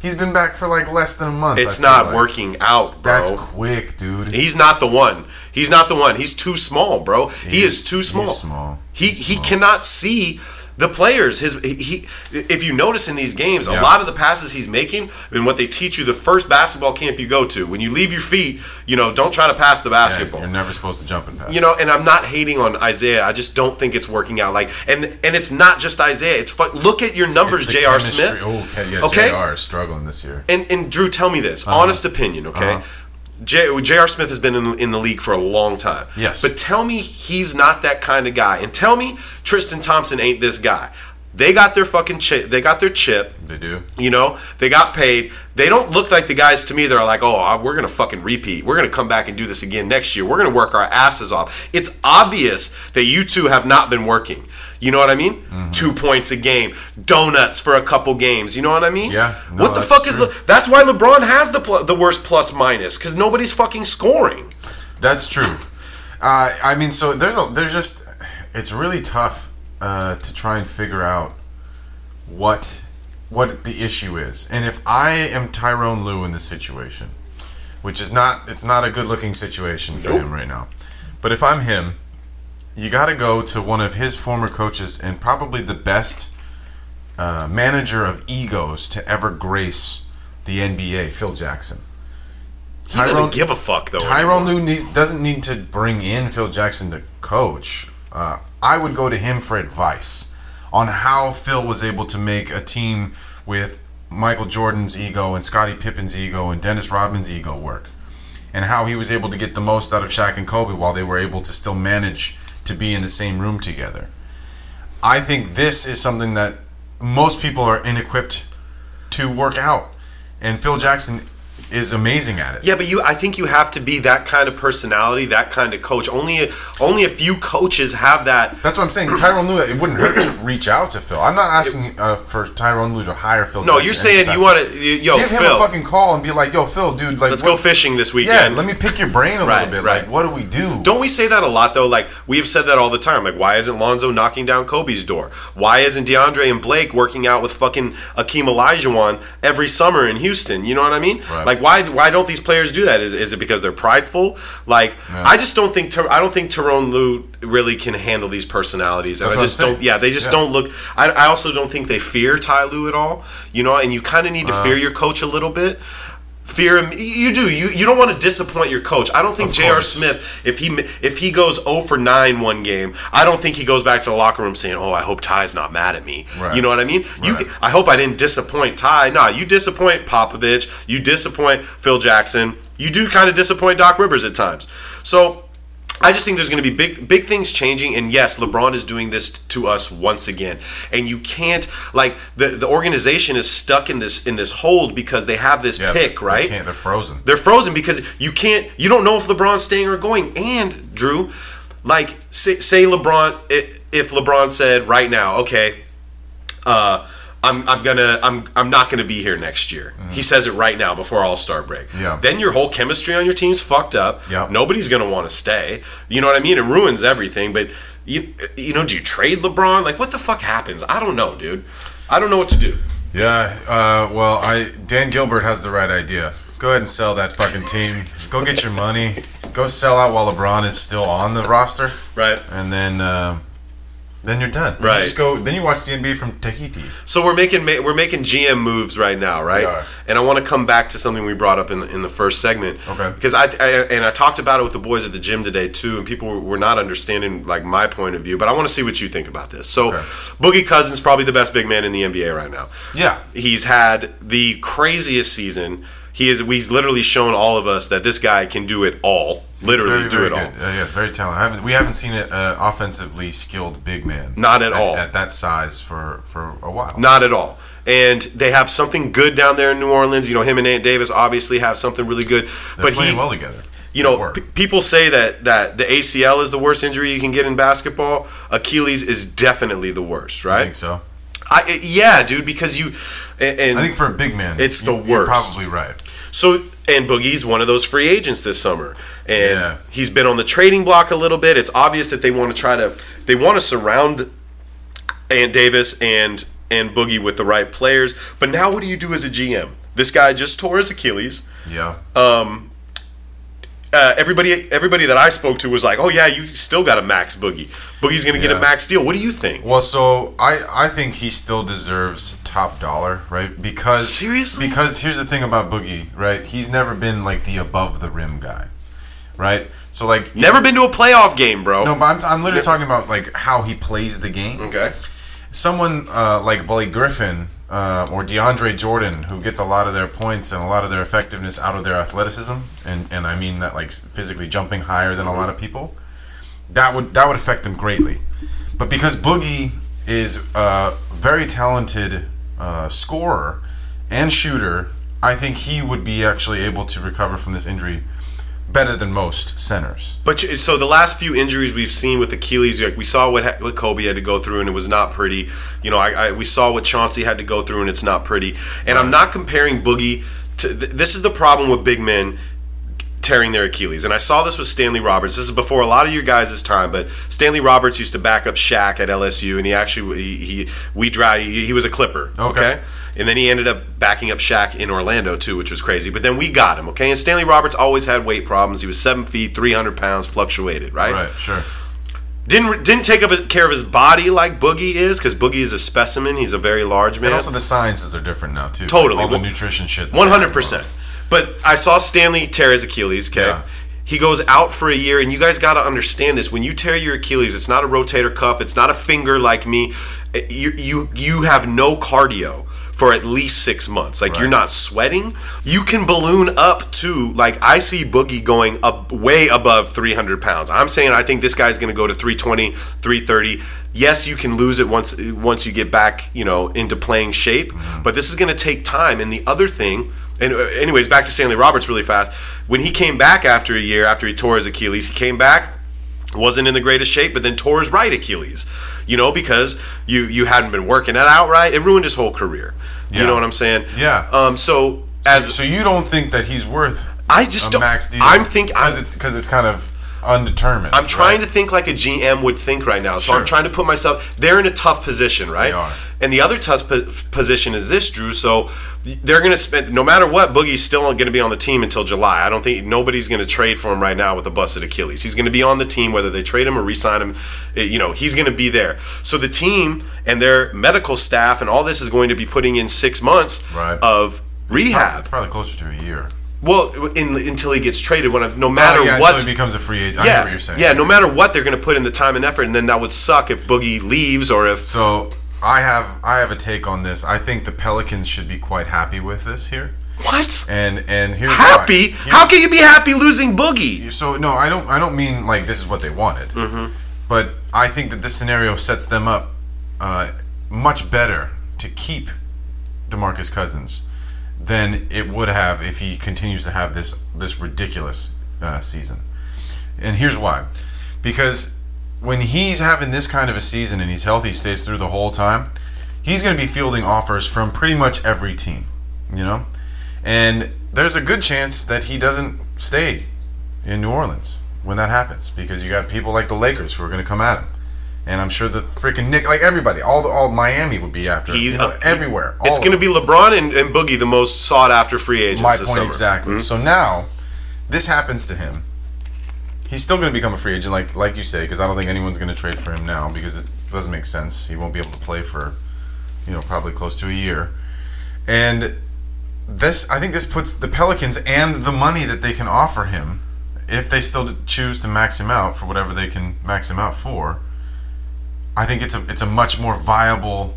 [SPEAKER 3] He's been back for like less than a month. I
[SPEAKER 2] It's
[SPEAKER 3] feel
[SPEAKER 2] not
[SPEAKER 3] like.
[SPEAKER 2] working out, bro.
[SPEAKER 3] That's quick, dude.
[SPEAKER 2] He's not the one. He's not the one. He's too small, bro. He, is,
[SPEAKER 3] is-
[SPEAKER 2] too
[SPEAKER 3] he's
[SPEAKER 2] small.
[SPEAKER 3] small.
[SPEAKER 2] He
[SPEAKER 3] He's
[SPEAKER 2] he
[SPEAKER 3] small.
[SPEAKER 2] cannot see the players. His he, he- if you notice in these games, a
[SPEAKER 3] Yeah.
[SPEAKER 2] lot of the passes he's making and what they teach you the first basketball camp you go to, when you leave your feet, you know, don't try to pass the
[SPEAKER 3] Yeah,
[SPEAKER 2] basketball.
[SPEAKER 3] You're never supposed to jump and pass.
[SPEAKER 2] you know, and I'm not hating on Isaiah. I just don't think it's working out. Like, and and it's not just Isaiah. It's fu- look at your numbers,
[SPEAKER 3] It's the
[SPEAKER 2] J.R.
[SPEAKER 3] chemistry-
[SPEAKER 2] Smith.
[SPEAKER 3] Oh, okay, yeah, Jr. is struggling this year.
[SPEAKER 2] And and Drew, tell me this, honest opinion, okay?
[SPEAKER 3] Uh-huh.
[SPEAKER 2] J. J.R. Smith has been in, in the league for a long time.
[SPEAKER 3] Yes.
[SPEAKER 2] But tell me he's not that kind of guy, and tell me Tristan Thompson ain't this guy. They got their fucking chip. They got their chip.
[SPEAKER 3] They do.
[SPEAKER 2] You know, they got paid. They don't look like the guys to me that are like, oh, I- we're going to fucking repeat. We're going to come back and do this again next year. We're going to work our asses off. It's obvious that you two have not been working. You know what I mean?
[SPEAKER 3] Mm-hmm.
[SPEAKER 2] Two points a game, donuts for a couple games. You know what I mean?
[SPEAKER 3] Yeah, no,
[SPEAKER 2] what the
[SPEAKER 3] that's
[SPEAKER 2] fuck is
[SPEAKER 3] true.
[SPEAKER 2] the. That's why LeBron has the, pl- the worst plus minus, because nobody's fucking scoring.
[SPEAKER 3] That's true. Uh, I mean, so there's a there's just it's really tough uh, to try and figure out what what the issue is, and if I am Tyrone Lou in this situation, which is not it's not a good looking situation for him right now, but if I'm him, you got to go to one of his former coaches and probably the best uh, manager of egos to ever grace the NBA, Phil Jackson.
[SPEAKER 2] He doesn't give a fuck, though.
[SPEAKER 3] Tyrone Lue needs, doesn't need to bring in Phil Jackson to coach. Uh, I would go to him for advice on how Phil was able to make a team with Michael Jordan's ego and Scottie Pippen's ego and Dennis Rodman's ego work, and how he was able to get the most out of Shaq and Kobe while they were able to still manage to be in the same room together. I think this is something that most people are inequipped to work out. And Phil Jackson is amazing at it.
[SPEAKER 2] Yeah, but you. I think you have to be that kind of personality, that kind of coach. Only, a, only a few coaches have that.
[SPEAKER 3] That's what I'm saying. Tyrone Lue, it wouldn't hurt to reach out to Phil. I'm not asking uh, for Tyrone Lue to hire Phil.
[SPEAKER 2] No,
[SPEAKER 3] Jackson
[SPEAKER 2] you're
[SPEAKER 3] in
[SPEAKER 2] saying you
[SPEAKER 3] capacity.
[SPEAKER 2] want to. Yo,
[SPEAKER 3] give
[SPEAKER 2] Phil,
[SPEAKER 3] him a fucking call and be like, "Yo, Phil, dude, like,
[SPEAKER 2] let's
[SPEAKER 3] what-
[SPEAKER 2] go fishing this
[SPEAKER 3] Yeah,
[SPEAKER 2] weekend.
[SPEAKER 3] let me pick your brain a
[SPEAKER 2] Right,
[SPEAKER 3] little bit.
[SPEAKER 2] right.
[SPEAKER 3] Like, what do we do?
[SPEAKER 2] Don't we say that a lot though? Like we have said that all the time. Like why isn't Lonzo knocking down Kobe's door? Why isn't DeAndre and Blake working out with fucking Akeem Olajuwon every summer in Houston? You know what I mean?
[SPEAKER 3] Right.
[SPEAKER 2] Like why why don't these players do that? Is, is it because they're prideful? Like I just don't think Ter- I don't think Tyrone Lue really can handle these personalities. And
[SPEAKER 3] That's
[SPEAKER 2] I
[SPEAKER 3] what
[SPEAKER 2] just
[SPEAKER 3] I'm saying.
[SPEAKER 2] don't. Yeah, they just
[SPEAKER 3] Yeah.
[SPEAKER 2] don't look. I, I also don't think they fear Ty Lue at all. You know, and you kind of need to fear your coach a little bit. Fear him. You do. You you don't want to disappoint your coach. I don't think
[SPEAKER 3] Of
[SPEAKER 2] J.R.
[SPEAKER 3] course.
[SPEAKER 2] Smith, if he if he goes 0 for 9 one game, I don't think he goes back to the locker room saying, "Oh, I hope Ty's not mad at me."
[SPEAKER 3] Right.
[SPEAKER 2] You know what I mean?
[SPEAKER 3] Right.
[SPEAKER 2] You, I hope I didn't disappoint Ty. Nah, you disappoint Popovich, you disappoint Phil Jackson, you do kind of disappoint Doc Rivers at times. So. I just think there's going to be big, big things changing, and yes, LeBron is doing this to us once again. And you can't like the, the organization is stuck in this in this hold because they have this
[SPEAKER 3] Yeah,
[SPEAKER 2] pick,
[SPEAKER 3] they
[SPEAKER 2] right?
[SPEAKER 3] can't- they're frozen.
[SPEAKER 2] They're frozen because you can't. You don't know if LeBron's staying or going. And Drew, like say, say LeBron, i- if LeBron said right now, okay, uh, I'm I'm gonna I'm I'm not gonna be here next year. He says it right now before All Star break.
[SPEAKER 3] Mm-hmm. Yeah.
[SPEAKER 2] Then your whole chemistry on your team's fucked up.
[SPEAKER 3] Yeah.
[SPEAKER 2] Nobody's gonna want to stay. You know what I mean? It ruins everything. But you you know, do you trade LeBron? Like what the fuck happens? I don't know, dude. I don't know what to do.
[SPEAKER 3] Yeah, uh, well, I Dan Gilbert has the right idea. Go ahead and sell that fucking team. Go get your money. Go sell out while LeBron is still on the roster.
[SPEAKER 2] Right.
[SPEAKER 3] And then, uh, then you're done. You
[SPEAKER 2] Right.
[SPEAKER 3] just go. Then you watch the NBA from Tahiti.
[SPEAKER 2] So we're making ma- we're making GM moves right now, right?
[SPEAKER 3] We are.
[SPEAKER 2] And I want to come back to something we brought up in the, in the first segment,
[SPEAKER 3] Okay.
[SPEAKER 2] Because I, I and I talked about it with the boys at the gym today too, and people were- were not understanding like my point of view. But I want to see what you think about this. So,
[SPEAKER 3] Okay.
[SPEAKER 2] Boogie Cousins probably the best big man in the NBA right now.
[SPEAKER 3] Yeah.
[SPEAKER 2] he's had the craziest season. He is he's literally shown all of us that this guy can do it all, literally
[SPEAKER 3] Very,
[SPEAKER 2] do
[SPEAKER 3] very
[SPEAKER 2] it all.
[SPEAKER 3] good. Uh, yeah, very talented. I haven't, we haven't seen an uh, offensively skilled big man.
[SPEAKER 2] Not at all.
[SPEAKER 3] At that size for for a while.
[SPEAKER 2] Not at all. And they have something good down there in New Orleans. You know, him and Ant Davis obviously have something really good.
[SPEAKER 3] They're
[SPEAKER 2] but
[SPEAKER 3] playing
[SPEAKER 2] he,
[SPEAKER 3] well together.
[SPEAKER 2] you
[SPEAKER 3] Good
[SPEAKER 2] know,
[SPEAKER 3] work.
[SPEAKER 2] p- people say that that the ACL is the worst injury you can get in basketball. Achilles is definitely the worst,
[SPEAKER 3] I
[SPEAKER 2] right?
[SPEAKER 3] think so.
[SPEAKER 2] I- yeah, dude, because you and, and
[SPEAKER 3] I think for a big man,
[SPEAKER 2] It's the
[SPEAKER 3] you- You're
[SPEAKER 2] worst.
[SPEAKER 3] probably right.
[SPEAKER 2] so and Boogie's one of those free agents this summer, and
[SPEAKER 3] Yeah.
[SPEAKER 2] he's been on the trading block a little bit. It's obvious that they want to try to they want to surround and Davis and and Boogie with the right players. But now, what do you do as a GM? This guy just tore his Achilles.
[SPEAKER 3] Yeah.
[SPEAKER 2] uh, everybody everybody that I spoke to was like, "Oh yeah, you still got a max boogie. Boogie's gonna get a
[SPEAKER 3] Yeah.
[SPEAKER 2] max deal. What do you think?"
[SPEAKER 3] Well, so I I think he still deserves top dollar, right? Because
[SPEAKER 2] Seriously?
[SPEAKER 3] because here's the thing about Boogie, right? He's never been like the above the rim guy, right? So like
[SPEAKER 2] Never been to a playoff game, bro.
[SPEAKER 3] no, but I'm, I'm literally talking about like how he plays the game.
[SPEAKER 2] okay.
[SPEAKER 3] Someone uh, like Blake Griffin uh, or DeAndre Jordan, who gets a lot of their points and a lot of their effectiveness out of their athleticism, and and I mean that like physically jumping higher than a lot of people that would that would affect them greatly. But because Boogie is a very talented uh, scorer and shooter, I think he would be actually able to recover from this injury better than most centers.
[SPEAKER 2] But you- so the last few injuries we've seen with Achilles, like we saw what ha- what Kobe had to go through, and it was not pretty. You know, I, I we saw what Chauncey had to go through, and it's not pretty. And I'm not comparing Boogie to. Th- this is the problem with big men tearing their Achilles. And I saw this with Stanley Roberts. This is before a lot of your guys' time, but Stanley Roberts used to back up Shaq at LSU, and he actually he, he we dry he, he was a Clipper.
[SPEAKER 3] Okay.
[SPEAKER 2] And then he ended up backing up Shaq in Orlando too, which was crazy. But then we got him, okay. And Stanley Roberts always had weight problems. He was seven feet, three hundred pounds, fluctuated, right?
[SPEAKER 3] Right, sure.
[SPEAKER 2] Didn't didn't take up care of his body like Boogie is, because Boogie is a specimen. He's a very large man.
[SPEAKER 3] And also the sciences are different now too.
[SPEAKER 2] Totally.
[SPEAKER 3] all the
[SPEAKER 2] One-
[SPEAKER 3] nutrition shit. that-
[SPEAKER 2] One hundred percent. But I saw Stanley tear his Achilles. Okay,
[SPEAKER 3] Yeah.
[SPEAKER 2] he goes out for a year, and you guys got to understand this. When you tear your Achilles, it's not a rotator cuff. It's not a finger like me. It- You you you have no cardio for at least six months. Like you're not sweating. You can balloon up to like I see Boogie going up way above 300 pounds. I'm saying I think this guy's going to go to 320, 330. Yes, you can lose it once once you get back, you know, into playing shape, but this is going to take time. And the other thing And uh, anyways, back to Stanley Roberts really fast. When he came back after a year, after he tore his Achilles, he came back, wasn't in the greatest shape, but then tore his right Achilles. You know, because you you hadn't been working that out right. It ruined his whole career. You
[SPEAKER 3] Yeah.
[SPEAKER 2] know what I'm saying?
[SPEAKER 3] Yeah.
[SPEAKER 2] Um. So as
[SPEAKER 3] so you don't think that he's worth
[SPEAKER 2] I just
[SPEAKER 3] a
[SPEAKER 2] don't-
[SPEAKER 3] max deal?
[SPEAKER 2] I'm think-
[SPEAKER 3] because
[SPEAKER 2] I'm-
[SPEAKER 3] it's because it's kind of undetermined.
[SPEAKER 2] I'm trying to think like a GM would think right now. So I'm
[SPEAKER 3] Sure.
[SPEAKER 2] trying to put myself. They're in a tough position, right?
[SPEAKER 3] They are.
[SPEAKER 2] And the other tough po- position is this, Drew. So they're going to spend no matter what. Boogie's still going to be on the team until July. I don't think nobody's going to trade for him right now with a busted Achilles. He's going to be on the team whether they trade him or re-sign him. eh, You know, he's going to be there. So the team and their medical staff and all this is going to be putting in six months
[SPEAKER 3] Right.
[SPEAKER 2] of rehab.
[SPEAKER 3] It's probably closer to a year.
[SPEAKER 2] Well, in, until he gets traded, when no matter
[SPEAKER 3] Oh, yeah,
[SPEAKER 2] what
[SPEAKER 3] until he becomes a free agent. I
[SPEAKER 2] yeah,
[SPEAKER 3] hear what you're saying.
[SPEAKER 2] yeah. No matter what, they're going to put in the time and effort, and then that would suck if Boogie leaves or if
[SPEAKER 3] So I have I have a take on this. I think the Pelicans should be quite happy with this here.
[SPEAKER 2] what
[SPEAKER 3] And and here's
[SPEAKER 2] happy.
[SPEAKER 3] Why. Here's-
[SPEAKER 2] How can you be happy losing Boogie?
[SPEAKER 3] So no, I don't. I don't mean like this is what they wanted. Mm-hmm. But I think that this scenario sets them up uh, much better to keep Demarcus Cousins than it would have if he continues to have this this ridiculous uh, season. And here's why, because when he's having this kind of a season and he's healthy, stays through the whole time, he's going to be fielding offers from pretty much every team, you know, and there's a good chance that he doesn't stay in New Orleans when that happens because you got people like the Lakers who are going to come at him. And I'm sure the freaking Nick, like everybody, all the, all Miami would be after him,
[SPEAKER 2] He's
[SPEAKER 3] you know,
[SPEAKER 2] a-
[SPEAKER 3] everywhere. all
[SPEAKER 2] It's
[SPEAKER 3] of
[SPEAKER 2] going to
[SPEAKER 3] them.
[SPEAKER 2] be LeBron and, and Boogie, the most sought after free agents.
[SPEAKER 3] My
[SPEAKER 2] this
[SPEAKER 3] point
[SPEAKER 2] summer. Mm-hmm.
[SPEAKER 3] exactly. So now, this happens to him. He's still going to become a free agent, like like you say, because I don't think anyone's going to trade for him now because it doesn't make sense. He won't be able to play for, you know, probably close to a year. And this, I think, this puts the Pelicans and the money that they can offer him, if they still choose to max him out for whatever they can max him out for. I think it's a it's a much more viable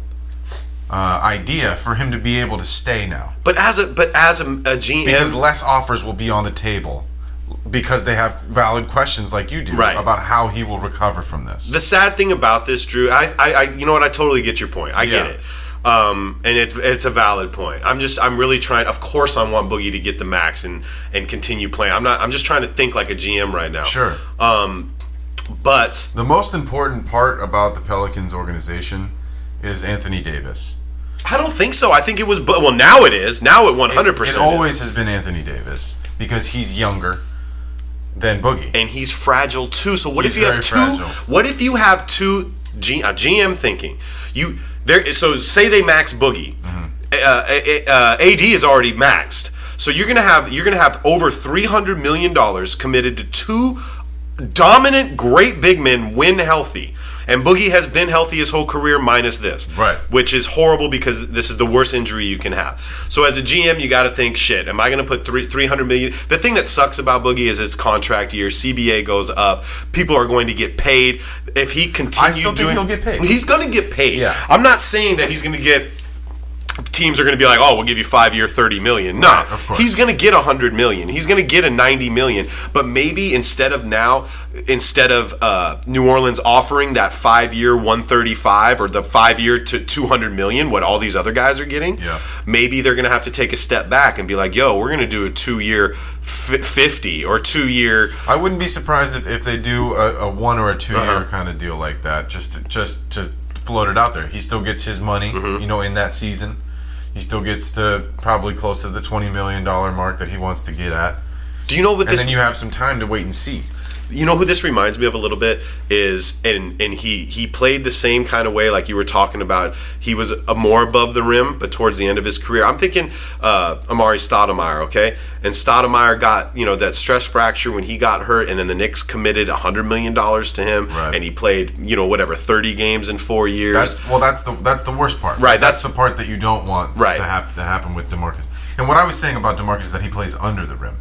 [SPEAKER 3] uh, idea for him to be able to stay now
[SPEAKER 2] But as a but as a, a GM,
[SPEAKER 3] because less offers will be on the table because they have valid questions like you do
[SPEAKER 2] Right.
[SPEAKER 3] about how he will recover from this.
[SPEAKER 2] the sad thing about this, Drew, I, I, I you know what? I totally get your point. I get
[SPEAKER 3] Yeah.
[SPEAKER 2] it. Um, and it's it's a valid point. I'm just I'm really trying. Of course, I want Boogie to get the max and and continue playing. I'm not. I'm just trying to think like a GM right now.
[SPEAKER 3] Sure.
[SPEAKER 2] Um, but
[SPEAKER 3] the most important part about the Pelicans organization is Anthony Davis.
[SPEAKER 2] I don't think so. I think it was, but well, now it is. Now it one hundred
[SPEAKER 3] It
[SPEAKER 2] percent.
[SPEAKER 3] always has been Anthony Davis because he's younger than Boogie.
[SPEAKER 2] and he's fragile too. So what
[SPEAKER 3] He's
[SPEAKER 2] if you have
[SPEAKER 3] very
[SPEAKER 2] two?
[SPEAKER 3] fragile.
[SPEAKER 2] What if you have two G, uh, GM thinking? You there? So say they max Boogie.
[SPEAKER 3] Mm-hmm.
[SPEAKER 2] Uh, uh, uh, AD is already maxed. So you're gonna have you're gonna have over three hundred million dollars committed to two dominant, great big men when healthy. And Boogie has been healthy his whole career, minus this,
[SPEAKER 3] Right.
[SPEAKER 2] Which is horrible because this is the worst injury you can have. So as a GM, you got to think, shit, am I going to put three three hundred million? The thing that sucks about Boogie is his contract year. CBA goes up. People are going to get paid if he continues.
[SPEAKER 3] think
[SPEAKER 2] doing,
[SPEAKER 3] he'll get paid.
[SPEAKER 2] He's going to get paid.
[SPEAKER 3] Yeah.
[SPEAKER 2] I'm not saying that he's going to get. Teams are going to be like, oh, we'll give you five year, thirty million. No,
[SPEAKER 3] Right, of course.
[SPEAKER 2] he's going to get a hundred million. He's going to get a ninety million. But maybe instead of now, instead of uh, New Orleans offering that five year one thirty five or the five year to two hundred million, what all these other guys are getting,
[SPEAKER 3] Yeah.
[SPEAKER 2] maybe they're going to have to take a step back and be like, yo, we're going to do a two year f- fifty or two year.
[SPEAKER 3] I wouldn't be surprised if, if they do a, a one or a 2 year kind of deal like that, just to, just to float it out there. He still gets his money, you know, in that season. He still gets to probably close to the twenty million dollar mark that he wants to get at,
[SPEAKER 2] Do you know what
[SPEAKER 3] and
[SPEAKER 2] this?
[SPEAKER 3] then you have some time to wait and see.
[SPEAKER 2] you know who this reminds me of a little bit is and and he he played the same kind of way like you were talking about he was a more above the rim but towards the end of his career i'm thinking uh, amari stoudemire okay and stoudemire got you know that stress fracture when he got hurt and then the Knicks committed 100 million dollars to him
[SPEAKER 3] Right.
[SPEAKER 2] and he played you know whatever 30 games in 4 years
[SPEAKER 3] That's well, that's the that's the worst part.
[SPEAKER 2] Right,
[SPEAKER 3] that's,
[SPEAKER 2] that's-
[SPEAKER 3] the part that you don't want
[SPEAKER 2] Right.
[SPEAKER 3] to happen to happen with Demarcus. And what I was saying about Demarcus is that he plays under the rim,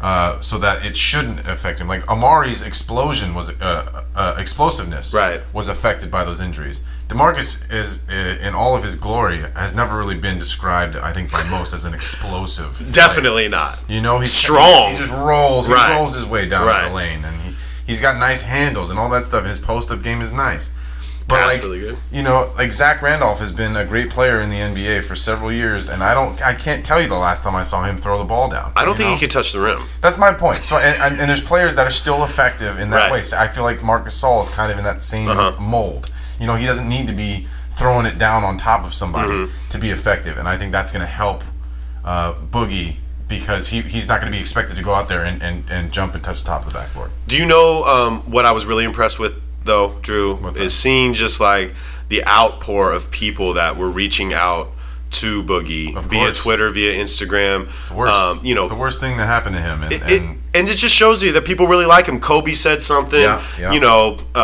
[SPEAKER 3] uh, so that it shouldn't affect him. Like Amari's explosion was uh, uh, explosiveness,
[SPEAKER 2] Right.
[SPEAKER 3] was affected by those injuries. Demarcus is uh, in all of his glory has never really been described, I think, by most as an explosive. player.
[SPEAKER 2] definitely not
[SPEAKER 3] You know, he's
[SPEAKER 2] Strong.
[SPEAKER 3] He just rolls.
[SPEAKER 2] Right.
[SPEAKER 3] He rolls his way down
[SPEAKER 2] Right.
[SPEAKER 3] the lane, and he he's got nice handles and all that stuff. And his post up game is nice. But
[SPEAKER 2] Pass
[SPEAKER 3] like,
[SPEAKER 2] really good.
[SPEAKER 3] you know, like Zach Randolph has been a great player in the NBA for several years, and I don't, I can't tell you the last time I saw him throw the ball down.
[SPEAKER 2] I don't
[SPEAKER 3] you
[SPEAKER 2] think
[SPEAKER 3] know?
[SPEAKER 2] he could touch the rim.
[SPEAKER 3] That's my point. So, and, and, and there's players that are still effective in that
[SPEAKER 2] Right. Uh-huh.
[SPEAKER 3] way. So I feel like Marcus Gasol is kind of in that same mold. You know, he doesn't need to be throwing it down on top of somebody
[SPEAKER 2] Mm-hmm.
[SPEAKER 3] to be effective, and I think that's going to help uh, Boogie because he, he's not going to be expected to go out there and, and, and jump and touch the top of the backboard.
[SPEAKER 2] Do you know um, what I was really impressed with, though, Drew?
[SPEAKER 3] What's
[SPEAKER 2] is
[SPEAKER 3] that?
[SPEAKER 2] seeing just like the outpour of people that were reaching out to Boogie
[SPEAKER 3] Of
[SPEAKER 2] via
[SPEAKER 3] course.
[SPEAKER 2] Twitter, via Instagram.
[SPEAKER 3] It's the worst.
[SPEAKER 2] Um, you know,
[SPEAKER 3] it's the worst thing that happened to him. And,
[SPEAKER 2] it, it,
[SPEAKER 3] and
[SPEAKER 2] and it just shows you that people really like him. Kobe said something.
[SPEAKER 3] Yeah, yeah.
[SPEAKER 2] You know, uh,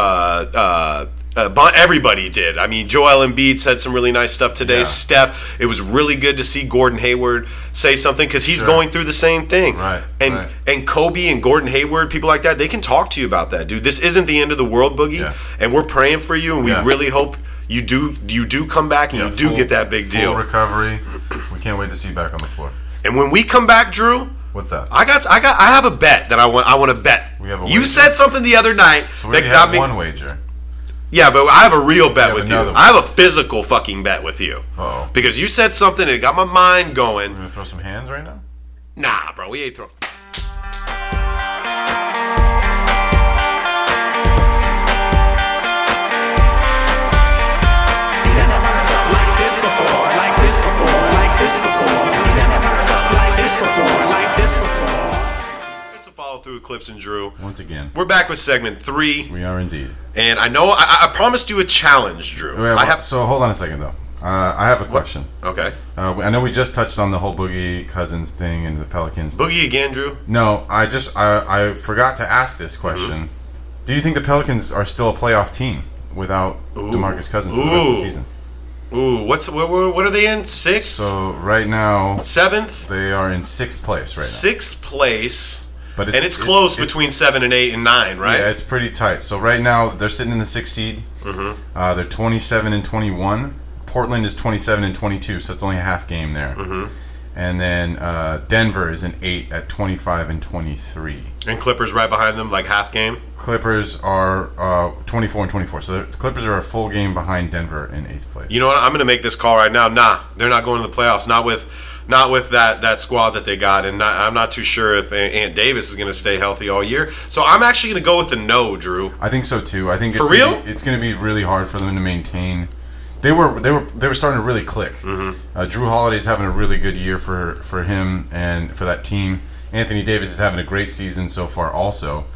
[SPEAKER 2] uh, uh, Bon- everybody did. I mean, Joel Embiid said some really nice stuff today.
[SPEAKER 3] Yeah.
[SPEAKER 2] Steph, it was really good to see Gordon Hayward say something because he's
[SPEAKER 3] Sure.
[SPEAKER 2] going through the same thing.
[SPEAKER 3] Right,
[SPEAKER 2] And
[SPEAKER 3] right.
[SPEAKER 2] and Kobe and Gordon Hayward, people like that, they can talk to you about that, dude. This isn't the end of the world, Boogie.
[SPEAKER 3] Yeah.
[SPEAKER 2] And we're praying for you, and we
[SPEAKER 3] Yeah.
[SPEAKER 2] really hope you do you do come back and
[SPEAKER 3] yeah,
[SPEAKER 2] you do
[SPEAKER 3] full-
[SPEAKER 2] get that big
[SPEAKER 3] full
[SPEAKER 2] deal.
[SPEAKER 3] recovery. We can't wait to see you back on the floor.
[SPEAKER 2] and when we come back, Drew,
[SPEAKER 3] What's that?
[SPEAKER 2] I got, I got, I have a bet that I want. I want to bet.
[SPEAKER 3] We have a
[SPEAKER 2] you
[SPEAKER 3] wager.
[SPEAKER 2] said something the other night
[SPEAKER 3] so we
[SPEAKER 2] that
[SPEAKER 3] already
[SPEAKER 2] got
[SPEAKER 3] have
[SPEAKER 2] me.
[SPEAKER 3] one wager.
[SPEAKER 2] Yeah, but I have a real bet
[SPEAKER 3] have
[SPEAKER 2] with you.
[SPEAKER 3] another one.
[SPEAKER 2] I have a physical fucking bet with you.
[SPEAKER 3] Uh-oh.
[SPEAKER 2] Because you said something and it got my mind
[SPEAKER 3] We're
[SPEAKER 2] going.
[SPEAKER 3] gonna throw some hands right now.
[SPEAKER 2] Nah, bro, we ain't throwing.
[SPEAKER 1] We never heard something like this before, like this before, like this before. We never heard something like this before, like this before.
[SPEAKER 2] It's a follow through Eclipse and Drew.
[SPEAKER 3] Once again,
[SPEAKER 2] We're back with segment three,
[SPEAKER 3] we are indeed.
[SPEAKER 2] and I know I, I promised you a challenge, Drew.
[SPEAKER 3] We have-
[SPEAKER 2] I have.
[SPEAKER 3] so hold on a second though. Uh, I have a question.
[SPEAKER 2] Okay,
[SPEAKER 3] Uh, I know we just touched on the whole Boogie Cousins thing and the Pelicans.
[SPEAKER 2] boogie again, Drew.
[SPEAKER 3] no, I just I, I forgot to ask this question.
[SPEAKER 2] Mm-hmm.
[SPEAKER 3] Do you think the Pelicans are still a playoff team without DeMarcus Cousins for the rest of the
[SPEAKER 2] Ooh.
[SPEAKER 3] season?
[SPEAKER 2] Ooh, what's what? What what are they in? Sixth,
[SPEAKER 3] So right now
[SPEAKER 2] seventh,
[SPEAKER 3] they are in sixth place right now.
[SPEAKER 2] sixth place.
[SPEAKER 3] But it's-
[SPEAKER 2] and it's
[SPEAKER 3] it's-
[SPEAKER 2] close
[SPEAKER 3] it's-
[SPEAKER 2] between seven and eight and nine, right?
[SPEAKER 3] Yeah, it's pretty tight. So right now they're sitting in the sixth seed. Uh, they're 27 and 21. Portland is 27 and 22, so it's only a half game there. And then uh, Denver is in eight at 25 and 23.
[SPEAKER 2] And Clippers right behind them, like half game.
[SPEAKER 3] Clippers are uh, 24 and 24. So the Clippers are a full game behind Denver in eighth place.
[SPEAKER 2] You know what? I'm going to make this call right now. Nah, they're not going to the playoffs. Not with, not with that that squad that they got, and not, I'm not too sure if A- Ant Davis is going to stay healthy all year. So I'm actually going to go with the no, Drew.
[SPEAKER 3] I think so too. I think
[SPEAKER 2] For
[SPEAKER 3] it's gonna
[SPEAKER 2] real?
[SPEAKER 3] be- it's going to be really hard for them to maintain. They were they were they were starting to really click.
[SPEAKER 2] Mm-hmm.
[SPEAKER 3] Uh, Drew Holiday's having a really good year for for him and for that team. Anthony Davis is having a great season so far, also.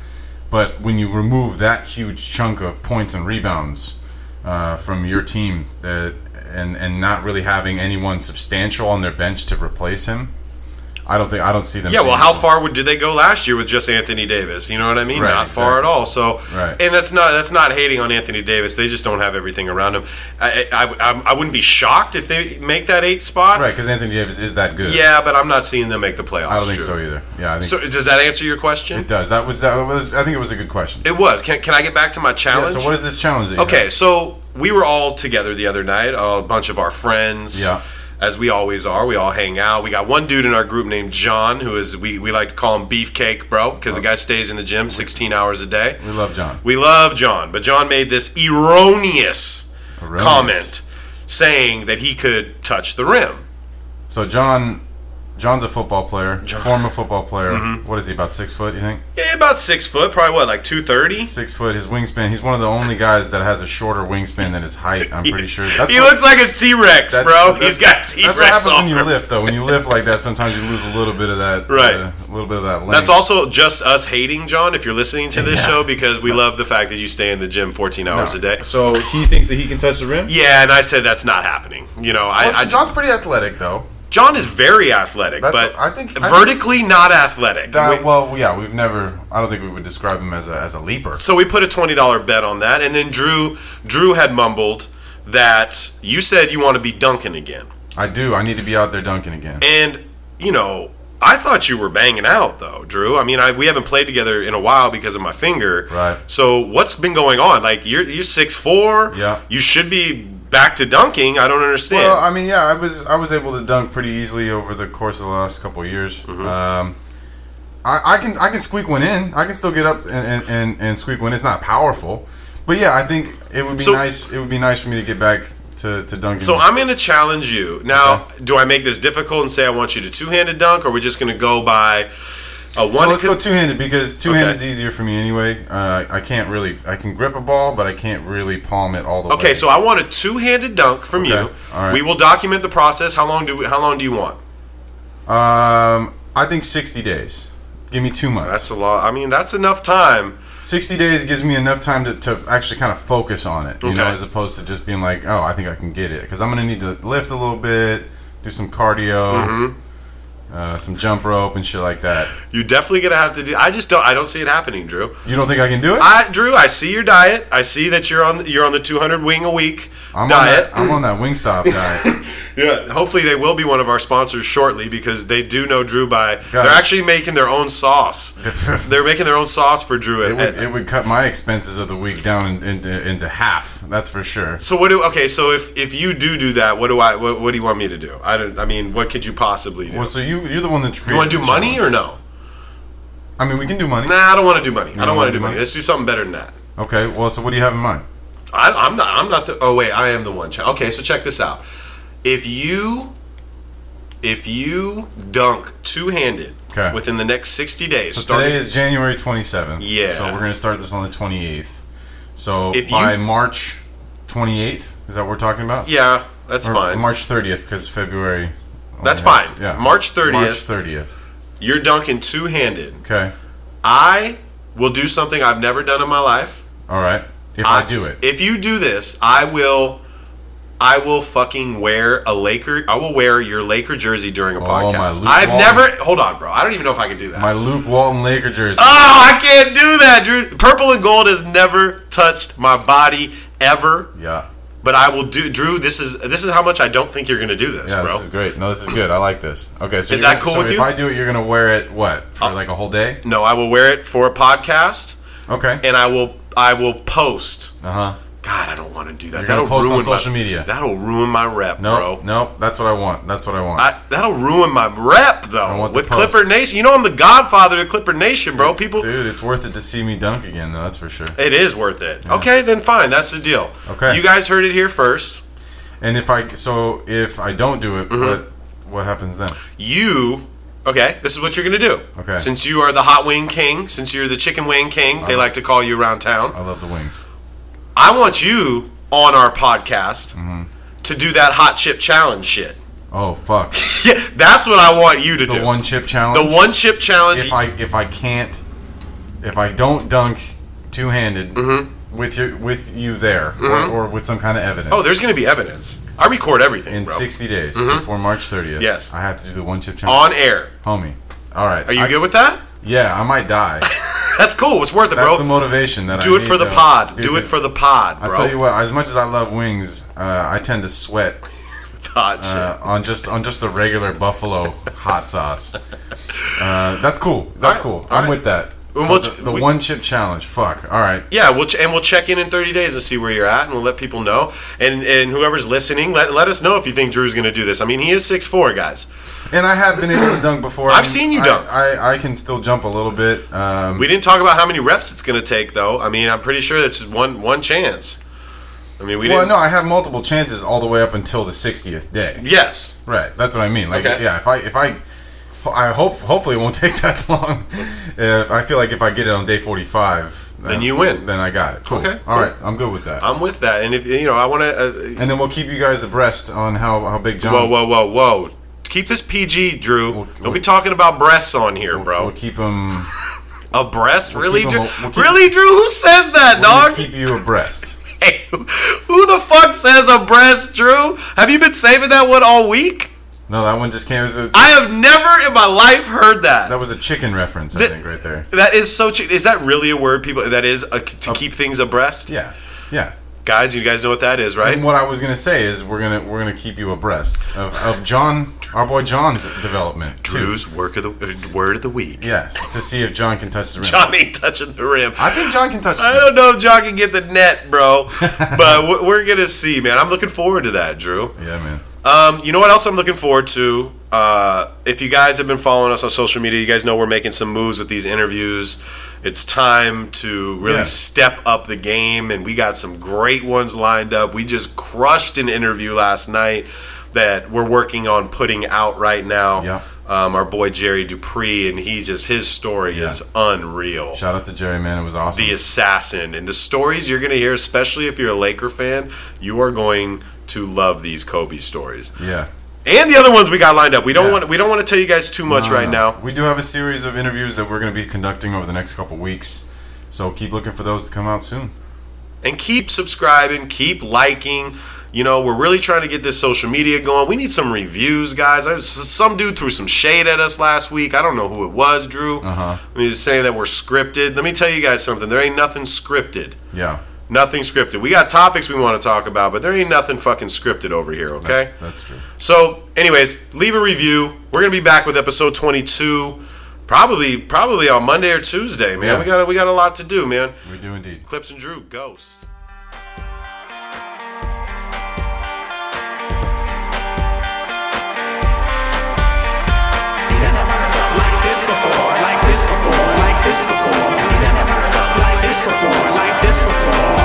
[SPEAKER 3] But when you remove that huge chunk of points and rebounds uh, from your team, uh, and and not really having anyone substantial on their bench to replace him, I don't think I don't see them.
[SPEAKER 2] Yeah, well,
[SPEAKER 3] being-
[SPEAKER 2] how far would, did they go last year with just Anthony Davis? You know what I mean?
[SPEAKER 3] Right,
[SPEAKER 2] not far
[SPEAKER 3] exactly.
[SPEAKER 2] at all. So,
[SPEAKER 3] Right.
[SPEAKER 2] and that's not that's not hating on Anthony Davis. They just don't have everything around him. I I, I, I wouldn't be shocked if they make that eight spot.
[SPEAKER 3] Right, because Anthony Davis is that good.
[SPEAKER 2] Yeah, but I'm not seeing them make the playoffs.
[SPEAKER 3] I don't think
[SPEAKER 2] Drew.
[SPEAKER 3] so either. Yeah, I think
[SPEAKER 2] So does that answer your question?
[SPEAKER 3] It does. That was that was. I think it was a good question.
[SPEAKER 2] It was. Can, can I get back to my
[SPEAKER 3] Yeah,
[SPEAKER 2] challenge?
[SPEAKER 3] so what is this challenge? that you
[SPEAKER 2] okay,
[SPEAKER 3] have?
[SPEAKER 2] so we were all together the other night, a bunch of our friends.
[SPEAKER 3] Yeah.
[SPEAKER 2] As we always are, we all hang out. We got one dude in our group named John, who is we, we like to call him Beefcake, bro, because the guy stays in the gym 16 hours a day.
[SPEAKER 3] we love John.
[SPEAKER 2] We love John, but John made this erroneous,
[SPEAKER 3] Erroneous.
[SPEAKER 2] comment saying that he could touch the rim.
[SPEAKER 3] So John, John's a football player, former football player.
[SPEAKER 2] Mm-hmm.
[SPEAKER 3] What is he? About six foot? You think?
[SPEAKER 2] Yeah, about six foot, probably what, like 230?
[SPEAKER 3] Six foot. His wingspan. He's one of the only guys that has a shorter wingspan than his height. I'm pretty sure. That's
[SPEAKER 2] he
[SPEAKER 3] what-
[SPEAKER 2] looks like a T Rex,
[SPEAKER 3] that's-
[SPEAKER 2] bro.
[SPEAKER 3] that's-
[SPEAKER 2] He's got T
[SPEAKER 3] That's what
[SPEAKER 2] Rex
[SPEAKER 3] happens
[SPEAKER 2] on
[SPEAKER 3] when you lift, though. When you lift like that, sometimes you lose a little bit of that.
[SPEAKER 2] Right.
[SPEAKER 3] uh, a little bit of that. Length.
[SPEAKER 2] That's also just us hating John if you're listening to this
[SPEAKER 3] Yeah.
[SPEAKER 2] show because we love the fact that you stay in the gym 14 hours a day.
[SPEAKER 3] So he thinks that he can touch the rim.
[SPEAKER 2] Yeah, and I said that's not happening. You know, I,
[SPEAKER 3] Also,
[SPEAKER 2] I
[SPEAKER 3] John's pretty athletic, though.
[SPEAKER 2] John is very athletic,
[SPEAKER 3] That's-
[SPEAKER 2] but
[SPEAKER 3] I think- I think-
[SPEAKER 2] vertically not athletic.
[SPEAKER 3] That,
[SPEAKER 2] We-
[SPEAKER 3] well, yeah, we've never. I don't think we would describe him as a as a leaper.
[SPEAKER 2] so we put a $20 bet on that and then Drew Drew had mumbled that you said you want to be Duncan again.
[SPEAKER 3] I do. I need to be out there dunking again.
[SPEAKER 2] And you know, I thought you were banging out though, Drew. I mean, I, we haven't played together in a while because of my finger.
[SPEAKER 3] Right.
[SPEAKER 2] So what's been going on? Like you're you're six four.
[SPEAKER 3] Yeah.
[SPEAKER 2] You should be back to dunking. I don't understand.
[SPEAKER 3] Well, I mean, yeah, I was I was able to dunk pretty easily over the course of the last couple of years.
[SPEAKER 2] Mm-hmm.
[SPEAKER 3] Um, I, I can I can squeak one in. I can still get up and, and, and, and squeak one. in. It's not powerful, But yeah, I think it would be
[SPEAKER 2] So-
[SPEAKER 3] nice. It would be nice for me to get back to to dunking.
[SPEAKER 2] So I'm going to challenge you. Now, do I make this difficult and say I want you to two-handed dunk, or we're just going to go by a one?
[SPEAKER 3] Well, let's go two-handed because two-handed's
[SPEAKER 2] Okay.
[SPEAKER 3] easier for me anyway. Uh, I can't really. I can grip a ball, but I can't really palm it all the way.
[SPEAKER 2] okay, so I want a two-handed dunk from you.
[SPEAKER 3] Okay, all right.
[SPEAKER 2] We will document the process. How long do we, How long do you want?
[SPEAKER 3] um, I think 60 days. Give me two months.
[SPEAKER 2] That's a lot. I mean, that's enough time.
[SPEAKER 3] 60 days gives me enough time to, to actually kind of focus on it, you know,
[SPEAKER 2] Okay.
[SPEAKER 3] as opposed to just being like, oh, I think I can get it. Because I'm going to need to lift a little bit, do some cardio,
[SPEAKER 2] Mm-hmm.
[SPEAKER 3] uh, some jump rope, and shit like that.
[SPEAKER 2] You're definitely going to have to do. I just don't. I don't see it happening, Drew.
[SPEAKER 3] You don't think I can do it?
[SPEAKER 2] I, Drew, I see your diet. I see that you're on. You're on the 200 wing a week
[SPEAKER 3] I'm,
[SPEAKER 2] diet.
[SPEAKER 3] On that, I'm on that Wingstop diet.
[SPEAKER 2] Yeah, hopefully they will be one of our sponsors shortly because they do know Drew by. they're
[SPEAKER 3] it.
[SPEAKER 2] actually making their own sauce. they're making their own sauce for Drew.
[SPEAKER 3] It
[SPEAKER 2] At,
[SPEAKER 3] would,
[SPEAKER 2] at-
[SPEAKER 3] it would cut my expenses of the week down in, into, into half, that's for sure.
[SPEAKER 2] so what do? Okay, so if if you do do that, what do I? What, what do you want me to do? I don't. I mean, what could you possibly do?
[SPEAKER 3] Well, so you, you're the one that
[SPEAKER 2] you want to do money or no?
[SPEAKER 3] I mean, we can do money.
[SPEAKER 2] Nah, I don't want to do money. I don't
[SPEAKER 3] don't
[SPEAKER 2] want
[SPEAKER 3] wanna
[SPEAKER 2] to do
[SPEAKER 3] do
[SPEAKER 2] money.
[SPEAKER 3] money?
[SPEAKER 2] Let's do something better than that.
[SPEAKER 3] Okay, well, so what do you have in mind?
[SPEAKER 2] I, I'm not. I'm not the. Oh wait, I am the one. Ch- Okay, so check this out. If you, if you dunk two handed
[SPEAKER 3] Okay.
[SPEAKER 2] within the next sixty days,
[SPEAKER 3] So
[SPEAKER 2] starting
[SPEAKER 3] today is January 27th.
[SPEAKER 2] Yeah.
[SPEAKER 3] So we're going to start this on the 28th. So
[SPEAKER 2] If
[SPEAKER 3] by
[SPEAKER 2] you-
[SPEAKER 3] March 28th, is that what we're talking about?
[SPEAKER 2] yeah, that's
[SPEAKER 3] Or
[SPEAKER 2] fine.
[SPEAKER 3] March 30th, because February. only
[SPEAKER 2] That's
[SPEAKER 3] has-
[SPEAKER 2] fine. March 30th.
[SPEAKER 3] March 30th.
[SPEAKER 2] You're dunking two handed.
[SPEAKER 3] Okay.
[SPEAKER 2] I will do something I've never done in my life.
[SPEAKER 3] All right. If I, do it.
[SPEAKER 2] If you do this, I will. I will fucking wear a Laker. I will wear your Laker jersey during a
[SPEAKER 3] Oh, my
[SPEAKER 2] podcast.
[SPEAKER 3] Luke
[SPEAKER 2] I've
[SPEAKER 3] Walton.
[SPEAKER 2] never. Hold on, bro. I don't even know if I can do that.
[SPEAKER 3] My Luke Walton Laker jersey.
[SPEAKER 2] oh, I can't do that, Drew. Purple and gold has never touched my body ever.
[SPEAKER 3] yeah.
[SPEAKER 2] But I will do, Drew. This is this is how much I don't think you're gonna do this,
[SPEAKER 3] Yeah,
[SPEAKER 2] bro.
[SPEAKER 3] this is great. No, this is good. I like this. Okay, so
[SPEAKER 2] Is
[SPEAKER 3] you're
[SPEAKER 2] that
[SPEAKER 3] gonna-
[SPEAKER 2] cool
[SPEAKER 3] so
[SPEAKER 2] with
[SPEAKER 3] if
[SPEAKER 2] you? Oh.
[SPEAKER 3] I do it, you're gonna wear it what for like a whole day?
[SPEAKER 2] no, I will wear it for a podcast,
[SPEAKER 3] Okay.
[SPEAKER 2] and I will I will post.
[SPEAKER 3] Uh huh.
[SPEAKER 2] God, I don't want to do that.
[SPEAKER 3] You're
[SPEAKER 2] that'll
[SPEAKER 3] gonna post on
[SPEAKER 2] ruin
[SPEAKER 3] social
[SPEAKER 2] my,
[SPEAKER 3] media.
[SPEAKER 2] That'll ruin my rep,
[SPEAKER 3] No,
[SPEAKER 2] bro.
[SPEAKER 3] no, that's what I want. That's what I want.
[SPEAKER 2] I, that'll ruin my rep though.
[SPEAKER 3] want the
[SPEAKER 2] With
[SPEAKER 3] post.
[SPEAKER 2] Clipper Nation, you know I'm the godfather of Clipper Nation, bro.
[SPEAKER 3] It's-
[SPEAKER 2] People,
[SPEAKER 3] dude, it's worth it to see me dunk again, though. That's for sure.
[SPEAKER 2] it is worth it. Okay, then fine. That's the deal.
[SPEAKER 3] Okay.
[SPEAKER 2] you guys heard it here first.
[SPEAKER 3] And if I so if I don't do
[SPEAKER 2] Mm-hmm.
[SPEAKER 3] it, what what happens then?
[SPEAKER 2] You, okay, this is what you're gonna do.
[SPEAKER 3] Okay. Uh-huh.
[SPEAKER 2] Since you are the hot wing king, since you're the chicken wing king, they like to call you around town.
[SPEAKER 3] I love the wings.
[SPEAKER 2] I want you on our podcast
[SPEAKER 3] Mm-hmm.
[SPEAKER 2] to do that hot chip challenge shit.
[SPEAKER 3] Oh fuck!
[SPEAKER 2] Yeah, that's what I want you to
[SPEAKER 3] The
[SPEAKER 2] do.
[SPEAKER 3] one chip challenge.
[SPEAKER 2] the one chip challenge.
[SPEAKER 3] If I if I can't, if I don't dunk two handed with your with you there or, or with some kind of evidence.
[SPEAKER 2] Mm-hmm. Oh, there's going to be evidence. I record everything,
[SPEAKER 3] in
[SPEAKER 2] bro. Mm-hmm.
[SPEAKER 3] sixty days before March thirtieth.
[SPEAKER 2] Yes.
[SPEAKER 3] I have to do the one chip
[SPEAKER 2] on
[SPEAKER 3] challenge.
[SPEAKER 2] air.
[SPEAKER 3] homie. All right.
[SPEAKER 2] Are you
[SPEAKER 3] I,
[SPEAKER 2] good with that?
[SPEAKER 3] Yeah, I might die. That's
[SPEAKER 2] That's cool. It's worth it, bro.
[SPEAKER 3] the motivation that I
[SPEAKER 2] Do it
[SPEAKER 3] need,
[SPEAKER 2] for the
[SPEAKER 3] though.
[SPEAKER 2] pod.
[SPEAKER 3] Dude,
[SPEAKER 2] Do it
[SPEAKER 3] the-
[SPEAKER 2] for the pod, bro.
[SPEAKER 3] I tell you what, as much as I love wings, uh, I tend to sweat
[SPEAKER 2] Hot shit.
[SPEAKER 3] uh, on just on just a regular buffalo hot sauce. Uh, that's cool. That's
[SPEAKER 2] All right.
[SPEAKER 3] cool. I'm
[SPEAKER 2] All right.
[SPEAKER 3] with that.
[SPEAKER 2] Well,
[SPEAKER 3] So
[SPEAKER 2] we'll ch-
[SPEAKER 3] the the
[SPEAKER 2] we-
[SPEAKER 3] one chip challenge. Fuck. All right.
[SPEAKER 2] yeah, we'll ch- and we'll check in in 30 days and see where you're at, and we'll let people know. And and whoever's listening, let, let us know if you think Drew's going to do this. I mean, he is 6'4", guys.
[SPEAKER 3] And I have been able to dunk before. I
[SPEAKER 2] I've
[SPEAKER 3] mean,
[SPEAKER 2] seen you
[SPEAKER 3] I-
[SPEAKER 2] dunk.
[SPEAKER 3] I, I, can still jump a little bit. Um,
[SPEAKER 2] We didn't talk about how many reps it's going to take, though. I mean, I'm pretty sure that's just one one chance. I mean, we
[SPEAKER 3] well,
[SPEAKER 2] didn't.
[SPEAKER 3] no, I have multiple chances all the way up until the 60th day.
[SPEAKER 2] Yes.
[SPEAKER 3] Right. That's what I mean. Like,
[SPEAKER 2] Okay.
[SPEAKER 3] yeah. If I if I I hope hopefully it won't take that long. Uh, I feel like if I get it on day 45,
[SPEAKER 2] Then you win.
[SPEAKER 3] Then I got it. Cool.
[SPEAKER 2] Okay,
[SPEAKER 3] All
[SPEAKER 2] cool.
[SPEAKER 3] right. I'm good with that.
[SPEAKER 2] I'm with that. And if you know, I want to. Uh,
[SPEAKER 3] and then we'll keep you guys abreast on how, how big John's
[SPEAKER 2] Whoa, whoa, whoa, whoa. Keep this PG, Drew. Don't be
[SPEAKER 3] we'll-
[SPEAKER 2] talking about breasts on here, bro.
[SPEAKER 3] We'll keep him.
[SPEAKER 2] a breast? really,
[SPEAKER 3] keep
[SPEAKER 2] Drew?
[SPEAKER 3] 'em o- we'll keep-
[SPEAKER 2] really, Drew? Who says that,
[SPEAKER 3] We'll
[SPEAKER 2] dog?
[SPEAKER 3] keep you abreast.
[SPEAKER 2] Hey, who the fuck says a breast, Drew? Have you been saving that one all week?
[SPEAKER 3] No, that one just came. It was,
[SPEAKER 2] I have never in my life heard that.
[SPEAKER 3] that was a chicken reference, I
[SPEAKER 2] Th-
[SPEAKER 3] think, right there.
[SPEAKER 2] that is so. Che- is that really a word, people? That is a, to keep things abreast.
[SPEAKER 3] Yeah, yeah.
[SPEAKER 2] guys, you guys know what that is, right?
[SPEAKER 3] And what I was gonna say is we're gonna we're gonna keep you abreast of, of John, our boy John's development too.
[SPEAKER 2] Drew's work of the uh, word of the week.
[SPEAKER 3] Yes, to see if John can touch the rim.
[SPEAKER 2] John ain't touching the rim.
[SPEAKER 3] I think John can touch.
[SPEAKER 2] I
[SPEAKER 3] The rim.
[SPEAKER 2] don't know if John can get the net, bro, but we're, we're gonna see, man. I'm looking forward to that, Drew.
[SPEAKER 3] Yeah, man.
[SPEAKER 2] Um, you know what else I'm looking forward to? Uh, if you guys have been following us on social media, you guys know we're making some moves with these interviews. It's time to really
[SPEAKER 3] Yeah.
[SPEAKER 2] step up the game, and we got some great ones lined up. We just crushed an interview last night that we're working on putting out right now.
[SPEAKER 3] Yeah.
[SPEAKER 2] Um, our boy Jerry Dupree, and he just his story is unreal
[SPEAKER 3] Shout out to Jerry, man. It was awesome.
[SPEAKER 2] the assassin and the stories you're going to hear especially if you're a laker fan you are going to love these kobe stories
[SPEAKER 3] yeah.
[SPEAKER 2] and the other ones we got lined up we don't
[SPEAKER 3] Yeah.
[SPEAKER 2] want we don't want to tell you guys too much right now
[SPEAKER 3] We do have a series of interviews that we're going to be conducting over the next couple weeks. So keep looking for those to come out soon.
[SPEAKER 2] and keep subscribing keep liking you know we're really trying to get this social media going we need some reviews guys I, some dude threw some shade at us last week i don't know who it was drew uh-huh. he's saying that we're scripted let me tell you guys something there ain't nothing scripted
[SPEAKER 3] Yeah.
[SPEAKER 2] Nothing scripted. We got topics we want to talk about, but there ain't nothing fucking scripted over here, okay?
[SPEAKER 3] That's true.
[SPEAKER 2] So, anyways, leave a review. We're gonna be back with episode 22, probably probably on Monday or Tuesday, man.
[SPEAKER 3] Yeah.
[SPEAKER 2] We got a, we got a lot to do, man.
[SPEAKER 3] We do indeed.
[SPEAKER 2] Clips and Drew, ghosts.
[SPEAKER 1] Like this before, like this before, like this before. We never heard something like this before, like this before.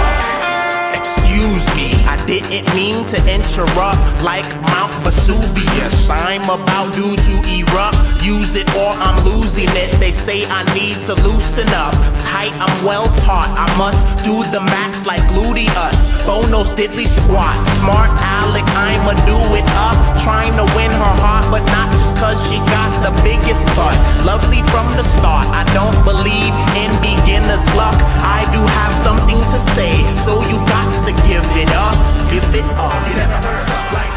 [SPEAKER 1] Excuse me, I didn't mean to interrupt. Like Mount Vesuvius, I'm about due to erupt. Use it or I'm losing it. They say I need to loosen up. Tight, I'm well taught. I must do the max like gluteus. Bono's diddly squat. Smart Alec, I'ma do it up. Trying to win her heart, but not just cause she got the biggest butt. Lovely from the start. I don't believe in beginner's luck. I do have something to say, so you got to give it up. Give it up. You never heard something like